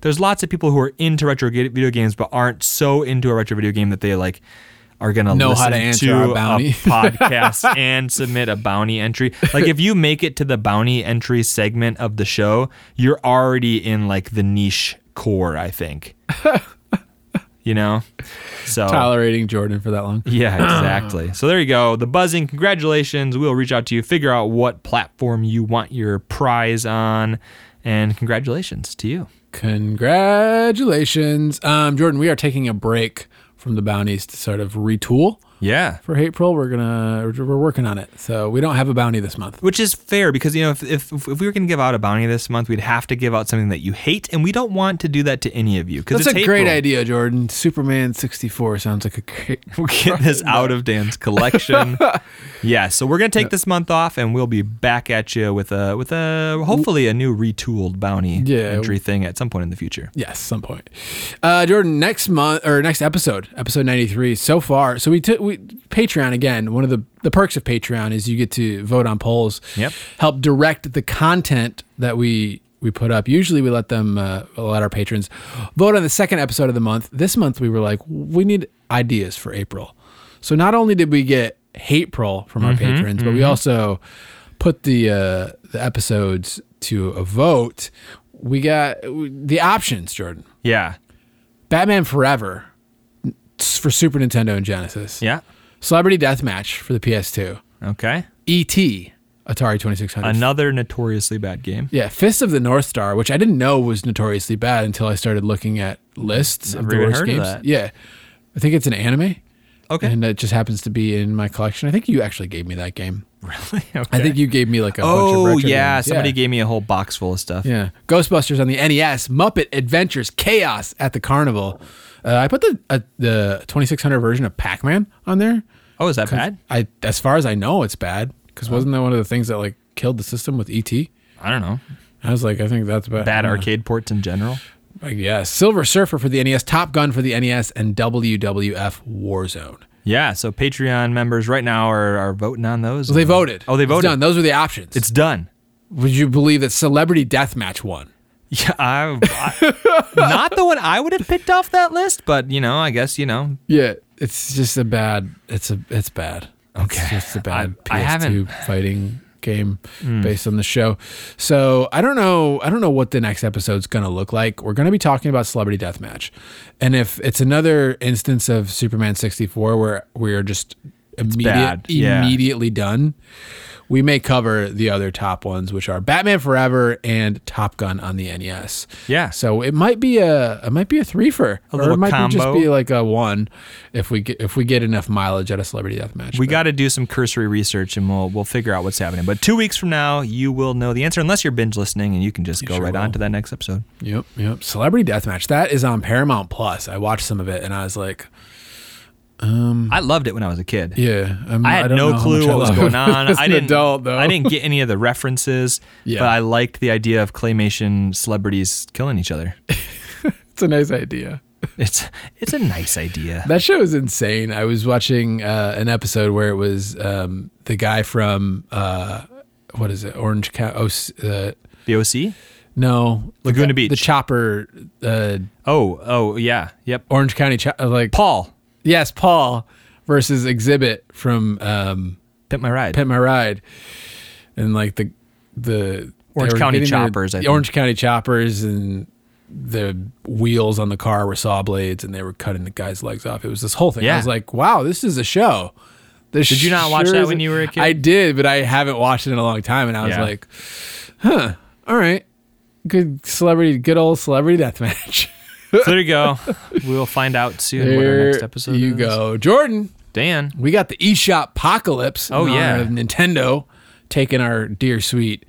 Speaker 2: there's lots of people who are into retro ga- video games but aren't so into a retro video game that they like are gonna
Speaker 1: Know how
Speaker 2: listen
Speaker 1: to answer
Speaker 2: to
Speaker 1: our
Speaker 2: a
Speaker 1: bounty.
Speaker 2: podcast and submit a bounty entry. Like if you make it to the bounty entry segment of the show, you're already in like the niche core. I think. You know, so
Speaker 1: Tolerating Jordan for that long.
Speaker 2: yeah, exactly. so there you go. The buzzing. Congratulations. We'll reach out to you, figure out what platform you want your prize on, and congratulations to you.
Speaker 1: Congratulations, um, Jordan. We are taking a break from the bounties to sort of retool
Speaker 2: Yeah.
Speaker 1: for April. We're gonna we're working on it, so we don't have a bounty this month.
Speaker 2: Which is fair because you know if, if if we were gonna give out a bounty this month, we'd have to give out something that you hate, and we don't want to do that to any of you. because
Speaker 1: That's a great idea, Jordan. Superman 64 sounds like a great.
Speaker 2: We'll get this out of Dan's collection. yeah, so we're gonna take this month off, and we'll be back at you with a with a hopefully a new retooled bounty
Speaker 1: Yeah.
Speaker 2: entry thing at some point in the future.
Speaker 1: Yes, some point. Uh, Jordan, next month or next episode, episode ninety three. So far, so we took we Patreon again. One of the the perks of Patreon is you get to vote on polls.
Speaker 2: Yep.
Speaker 1: Help direct the content that we we put up. Usually, we let them uh, let our patrons vote on the second episode of the month. This month, we were like, we need ideas for April. So not only did we get hate prol from our
Speaker 2: Mm-hmm,
Speaker 1: patrons, but we also put the uh, the episodes to a vote. We got the options, Jordan.
Speaker 2: Yeah,
Speaker 1: Batman Forever for Super Nintendo and Genesis.
Speaker 2: yeah,
Speaker 1: Celebrity Deathmatch for the PS2.
Speaker 2: okay.
Speaker 1: E.T. E Atari 2600.
Speaker 2: Another notoriously bad game.
Speaker 1: yeah, Fist of the North Star, which I didn't know was notoriously bad until I started looking at lists of
Speaker 2: Never
Speaker 1: the
Speaker 2: even
Speaker 1: worst
Speaker 2: heard of
Speaker 1: games.
Speaker 2: that.
Speaker 1: Yeah. I think it's an anime
Speaker 2: Okay,
Speaker 1: and it just happens to be in my collection. I think you actually gave me that game.
Speaker 2: really? Okay.
Speaker 1: I think you gave me like a bunch of
Speaker 2: Oh
Speaker 1: retro
Speaker 2: yeah,
Speaker 1: games.
Speaker 2: somebody
Speaker 1: yeah.
Speaker 2: gave me a whole box full of stuff.
Speaker 1: Yeah. Ghostbusters on the NES, Muppet Adventures, Chaos at the Carnival. Uh, I put the uh, the 2600 version of Pac-Man on there.
Speaker 2: Oh, is that bad?
Speaker 1: I as far as I know, it's bad
Speaker 2: Oh.
Speaker 1: because wasn't that one of the things that like killed the system with ET?
Speaker 2: I don't know.
Speaker 1: I was like, I think that's bad.
Speaker 2: Bad
Speaker 1: Yeah.
Speaker 2: arcade ports in general.
Speaker 1: E I guess Silver Surfer for the NES, Top Gun for the NES, and WWF Warzone.
Speaker 2: Yeah, so Patreon members right now are, are voting on those.
Speaker 1: They voted.
Speaker 2: Oh, they
Speaker 1: It's
Speaker 2: voted.
Speaker 1: done. Those were the options.
Speaker 2: It's done.
Speaker 1: Would you believe that Celebrity Deathmatch won?
Speaker 2: Yeah, I, I- not the one I would have picked off that list, but you know, I guess you know.
Speaker 1: Yeah, it's just a bad. It's a. It's bad.
Speaker 2: Okay.
Speaker 1: it's just a bad
Speaker 2: I- I haven't- Hmm.
Speaker 1: PS2 fighting game based on the show. So I don't know. I don't know what the next episode's gonna look like. We're gonna be talking about Celebrity Deathmatch, and if it's another instance of Superman 64 where we are just immediate,
Speaker 2: bad, yeah.
Speaker 1: immediately done, we may cover the other top ones, which are Batman Forever and Top Gun on the NES.
Speaker 2: Yeah.
Speaker 1: So it might be a it might be a threefer, or
Speaker 2: little
Speaker 1: it might be just
Speaker 2: combo.
Speaker 1: be like a one if we get if we get enough mileage at a celebrity death match.
Speaker 2: We got to do some cursory research, and we'll we'll figure out what's happening. But two weeks from now, you will know the answer, unless you're binge listening, and you can just go
Speaker 1: sure
Speaker 2: right on
Speaker 1: will.
Speaker 2: to that next episode.
Speaker 1: Yep, yep. Celebrity Deathmatch. That is on Paramount Plus. I watched some of it and I was like,
Speaker 2: I loved it when I was a kid.
Speaker 1: Mm. yeah, I'm,
Speaker 2: I had
Speaker 1: don't know
Speaker 2: no
Speaker 1: how
Speaker 2: clue
Speaker 1: much I
Speaker 2: what was
Speaker 1: love it
Speaker 2: going on.
Speaker 1: as
Speaker 2: I
Speaker 1: an
Speaker 2: didn't.
Speaker 1: adult, though.
Speaker 2: I didn't get any of the references,
Speaker 1: Yeah.
Speaker 2: but I liked the idea of claymation celebrities killing each other.
Speaker 1: It's a nice idea.
Speaker 2: It's it's a nice idea.
Speaker 1: That show is insane. I was watching uh, an episode where it was um, the guy from uh, what is it, Orange County? Oh, s- uh,
Speaker 2: The OC.
Speaker 1: no,
Speaker 2: Laguna
Speaker 1: the,
Speaker 2: Beach.
Speaker 1: The chopper, uh,
Speaker 2: Oh oh yeah yep.
Speaker 1: Orange County, cho- uh, like
Speaker 2: Paul
Speaker 1: yes, Paul versus Exhibit from um,
Speaker 2: pimp my ride.
Speaker 1: Pit My Ride, and like the the
Speaker 2: Orange
Speaker 1: they were
Speaker 2: County
Speaker 1: getting their-
Speaker 2: Choppers, I
Speaker 1: the
Speaker 2: think.
Speaker 1: Orange County Choppers, and the wheels on the car were saw blades, and they were cutting the guy's legs off. It was this whole thing. I
Speaker 2: Yeah.
Speaker 1: was like, wow, this is a show. This
Speaker 2: Did you not watch that
Speaker 1: is-
Speaker 2: when you were a kid?
Speaker 1: I did, but I haven't watched it in a long time, and I was
Speaker 2: Yeah.
Speaker 1: like, huh, all right, good celebrity, good old celebrity death match.
Speaker 2: So there you go. We'll find out soon what our next episode
Speaker 1: you
Speaker 2: is.
Speaker 1: go, Jordan.
Speaker 2: Dan.
Speaker 1: We got the eShop apocalypse.
Speaker 2: Oh,
Speaker 1: in honor
Speaker 2: yeah.
Speaker 1: of Nintendo taking our dear sweet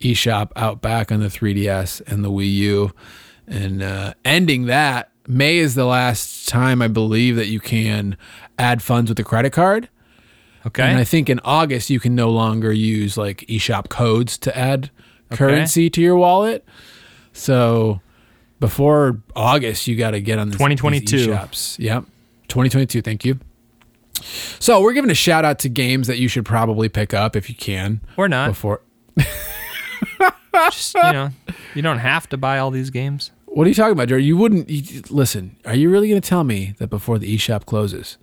Speaker 1: eShop out back on the 3DS and the Wii U, and uh, ending that. May is the last time I believe that you can add funds with a credit card,
Speaker 2: Okay.
Speaker 1: and I think in August you can no longer use like eShop codes to add currency to your wallet. So before August, you got to get on this
Speaker 2: 2022.
Speaker 1: these eShops. Yep, 2022. Thank you. So we're giving a shout out to games that you should probably pick up if you can.
Speaker 2: or not.
Speaker 1: Before, Oh.
Speaker 2: Just, you know, you don't have to buy all these games.
Speaker 1: what are you talking about, Joe? You wouldn't you, listen. Are you really going to tell me that before the eShop closes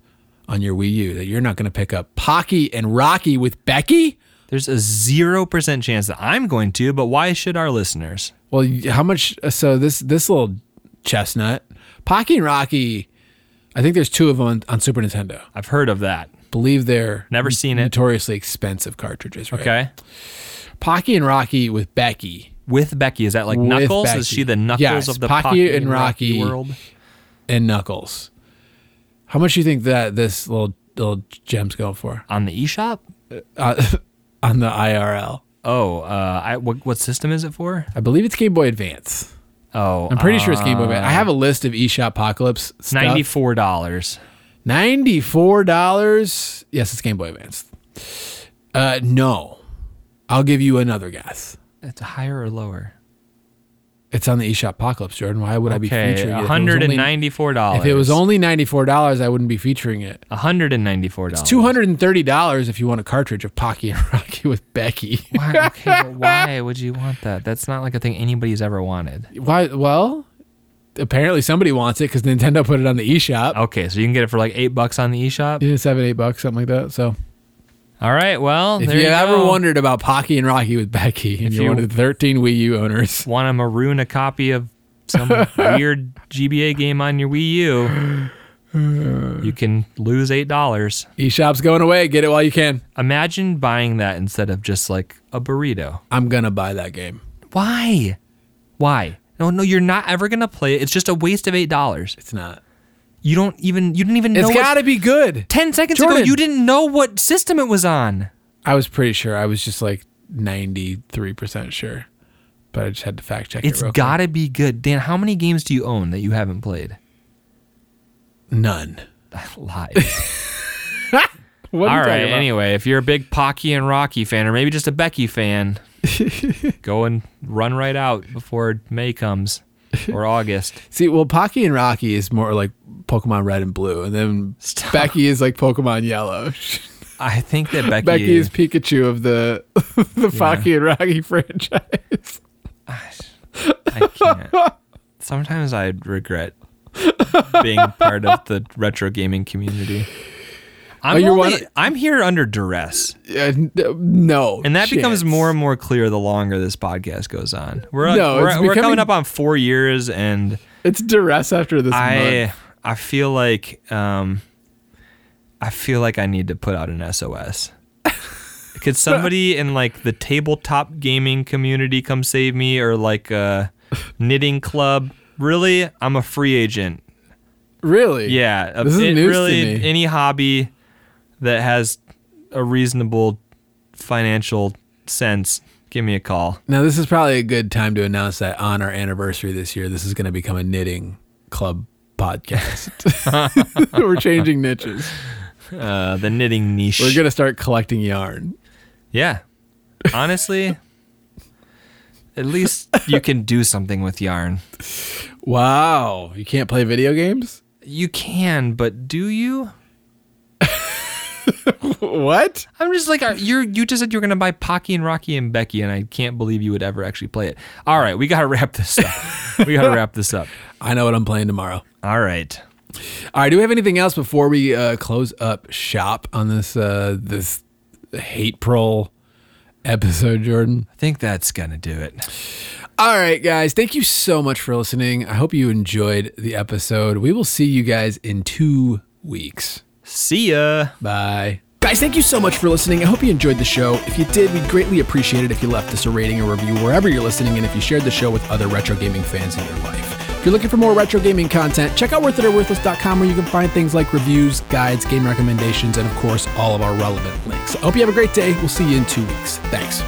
Speaker 1: on your Wii U that you're not going to pick up Pocky and Rocky with Becky?
Speaker 2: There's a 0% chance that I'm going to, but why should our listeners?
Speaker 1: Well, y- how much? So this this little chestnut, Pocky and Rocky. I think there's two of them on, on Super Nintendo.
Speaker 2: I've heard of that.
Speaker 1: Believe they're
Speaker 2: Never seen it.
Speaker 1: notoriously expensive cartridges. Right?
Speaker 2: Okay.
Speaker 1: Pocky and Rocky with Becky.
Speaker 2: With Becky, is that like
Speaker 1: With
Speaker 2: Knuckles?
Speaker 1: Becky.
Speaker 2: Is she the Knuckles
Speaker 1: Yes,
Speaker 2: of the
Speaker 1: Pocky
Speaker 2: Pocky
Speaker 1: and Rocky.
Speaker 2: world?
Speaker 1: and Knuckles. How much do you think that this little little gem's going for
Speaker 2: On the eShop?
Speaker 1: uh, on the IRL?
Speaker 2: Oh, uh, I, what, what system is it for?
Speaker 1: I believe it's Game Boy Advance.
Speaker 2: Oh,
Speaker 1: I'm pretty sure it's Game Boy Advance. I
Speaker 2: Uh,
Speaker 1: have a list of eShop Apocalypse stuff.
Speaker 2: $94.
Speaker 1: Ninety four dollars. Yes, it's Game Boy Advance. Uh, no, I'll give you another guess.
Speaker 2: It's higher or lower?
Speaker 1: It's on the eShop Apocalypse, Jordan. Why would I be
Speaker 2: Okay,
Speaker 1: featuring it? If it was only-
Speaker 2: $194.
Speaker 1: If it was only ninety four dollars, I wouldn't be featuring it.
Speaker 2: $194.
Speaker 1: Two hundred and thirty dollars if you want a cartridge of Pocky and Rocky with Becky.
Speaker 2: Why, okay, but why would you want that? That's not like a thing anybody's ever wanted.
Speaker 1: Why? Well, apparently somebody wants it because Nintendo put it on the eShop.
Speaker 2: Okay, so you can get it for like eight bucks on the eShop.
Speaker 1: Yeah, seven, eight bucks, something like that. So,
Speaker 2: All right, well,
Speaker 1: if
Speaker 2: there
Speaker 1: you,
Speaker 2: you
Speaker 1: ever
Speaker 2: go.
Speaker 1: wondered about Pocky and Rocky with Becky, and
Speaker 2: If
Speaker 1: you're one
Speaker 2: you-
Speaker 1: of the 13 Wii U owners,
Speaker 2: want to maroon a copy of some weird GBA game on your Wii U, you can lose eight dollars.
Speaker 1: eShop's going away. Get it while you can.
Speaker 2: Imagine buying that instead of just like a burrito.
Speaker 1: I'm gonna buy that game.
Speaker 2: Why? Why? No, no, you're not ever gonna play it. It's just a waste of eight dollars.
Speaker 1: It's not.
Speaker 2: You don't even you didn't even
Speaker 1: It's
Speaker 2: know. what-
Speaker 1: gotta be good.
Speaker 2: Ten seconds
Speaker 1: Jordan.
Speaker 2: ago, you didn't know what system it was on.
Speaker 1: I was pretty sure. I was just like 93% sure, but I just had to fact check
Speaker 2: It's
Speaker 1: it. real quick.
Speaker 2: gotta be good. Dan, how many games do you own that you haven't played?
Speaker 1: none.
Speaker 2: I lied.
Speaker 1: What
Speaker 2: All
Speaker 1: are you talking
Speaker 2: right.
Speaker 1: about?
Speaker 2: Anyway, if you're a big Pocky and Rocky fan, or maybe just a Becky fan, go and run right out before May comes or August.
Speaker 1: See, well, Pocky and Rocky is more like Pokemon Red and Blue, and then Becky is like Pokemon Yellow.
Speaker 2: I think that Becky,
Speaker 1: Becky is Pikachu of the the Faki and Rocky franchise.
Speaker 2: I can't. Sometimes I regret being part of the retro gaming community. I'm,
Speaker 1: Oh, you're
Speaker 2: only-
Speaker 1: one-
Speaker 2: I'm here under duress,
Speaker 1: Yeah, n- no,
Speaker 2: and that becomes
Speaker 1: chance.
Speaker 2: more and more clear the longer this podcast goes on. We're
Speaker 1: No,
Speaker 2: we're,
Speaker 1: it's
Speaker 2: we're coming
Speaker 1: becoming-
Speaker 2: up on four years, and
Speaker 1: It's duress after this month.
Speaker 2: I I feel like um, I feel like I need to put out an SOS. Could somebody in like the tabletop gaming community come save me, or like a knitting club? Really, I'm a free agent.
Speaker 1: Really?
Speaker 2: Yeah, uh,
Speaker 1: This is
Speaker 2: it
Speaker 1: news to
Speaker 2: really
Speaker 1: me.
Speaker 2: any hobby that has a reasonable financial sense, give me a call.
Speaker 1: Now this is probably a good time to announce that on our anniversary this year, this is going to become a knitting club podcast. We're changing niches.
Speaker 2: Uh, the knitting niche.
Speaker 1: We're going to start collecting yarn.
Speaker 2: Yeah. Honestly, at least you can do something with yarn.
Speaker 1: Wow, you can't play video games?
Speaker 2: You can, but do you?
Speaker 1: What?
Speaker 2: I'm just like uh, you're. You just said you were gonna buy Pocky and Rocky and Becky, and I can't believe you would ever actually play it. All right, we gotta wrap this up. we gotta wrap this up.
Speaker 1: I know what I'm playing tomorrow.
Speaker 2: All right.
Speaker 1: All right, do we have anything else before we uh, close up shop on this uh, this hate prol episode, Jordan?
Speaker 2: I think that's gonna do it.
Speaker 1: All right, guys, thank you so much for listening. I hope you enjoyed the episode. We will see you guys in two weeks.
Speaker 2: See ya.
Speaker 1: Bye. Guys, thank you so much for listening. I hope you enjoyed the show. If you did, we'd greatly appreciate it if you left us a rating or review wherever you're listening and if you shared the show with other retro gaming fans in your life. If you're looking for more retro gaming content, check out worthitorworthless.com where you can find things like reviews, guides, game recommendations, and of course, all of our relevant links. I hope you have a great day. We'll see you in two weeks. Thanks.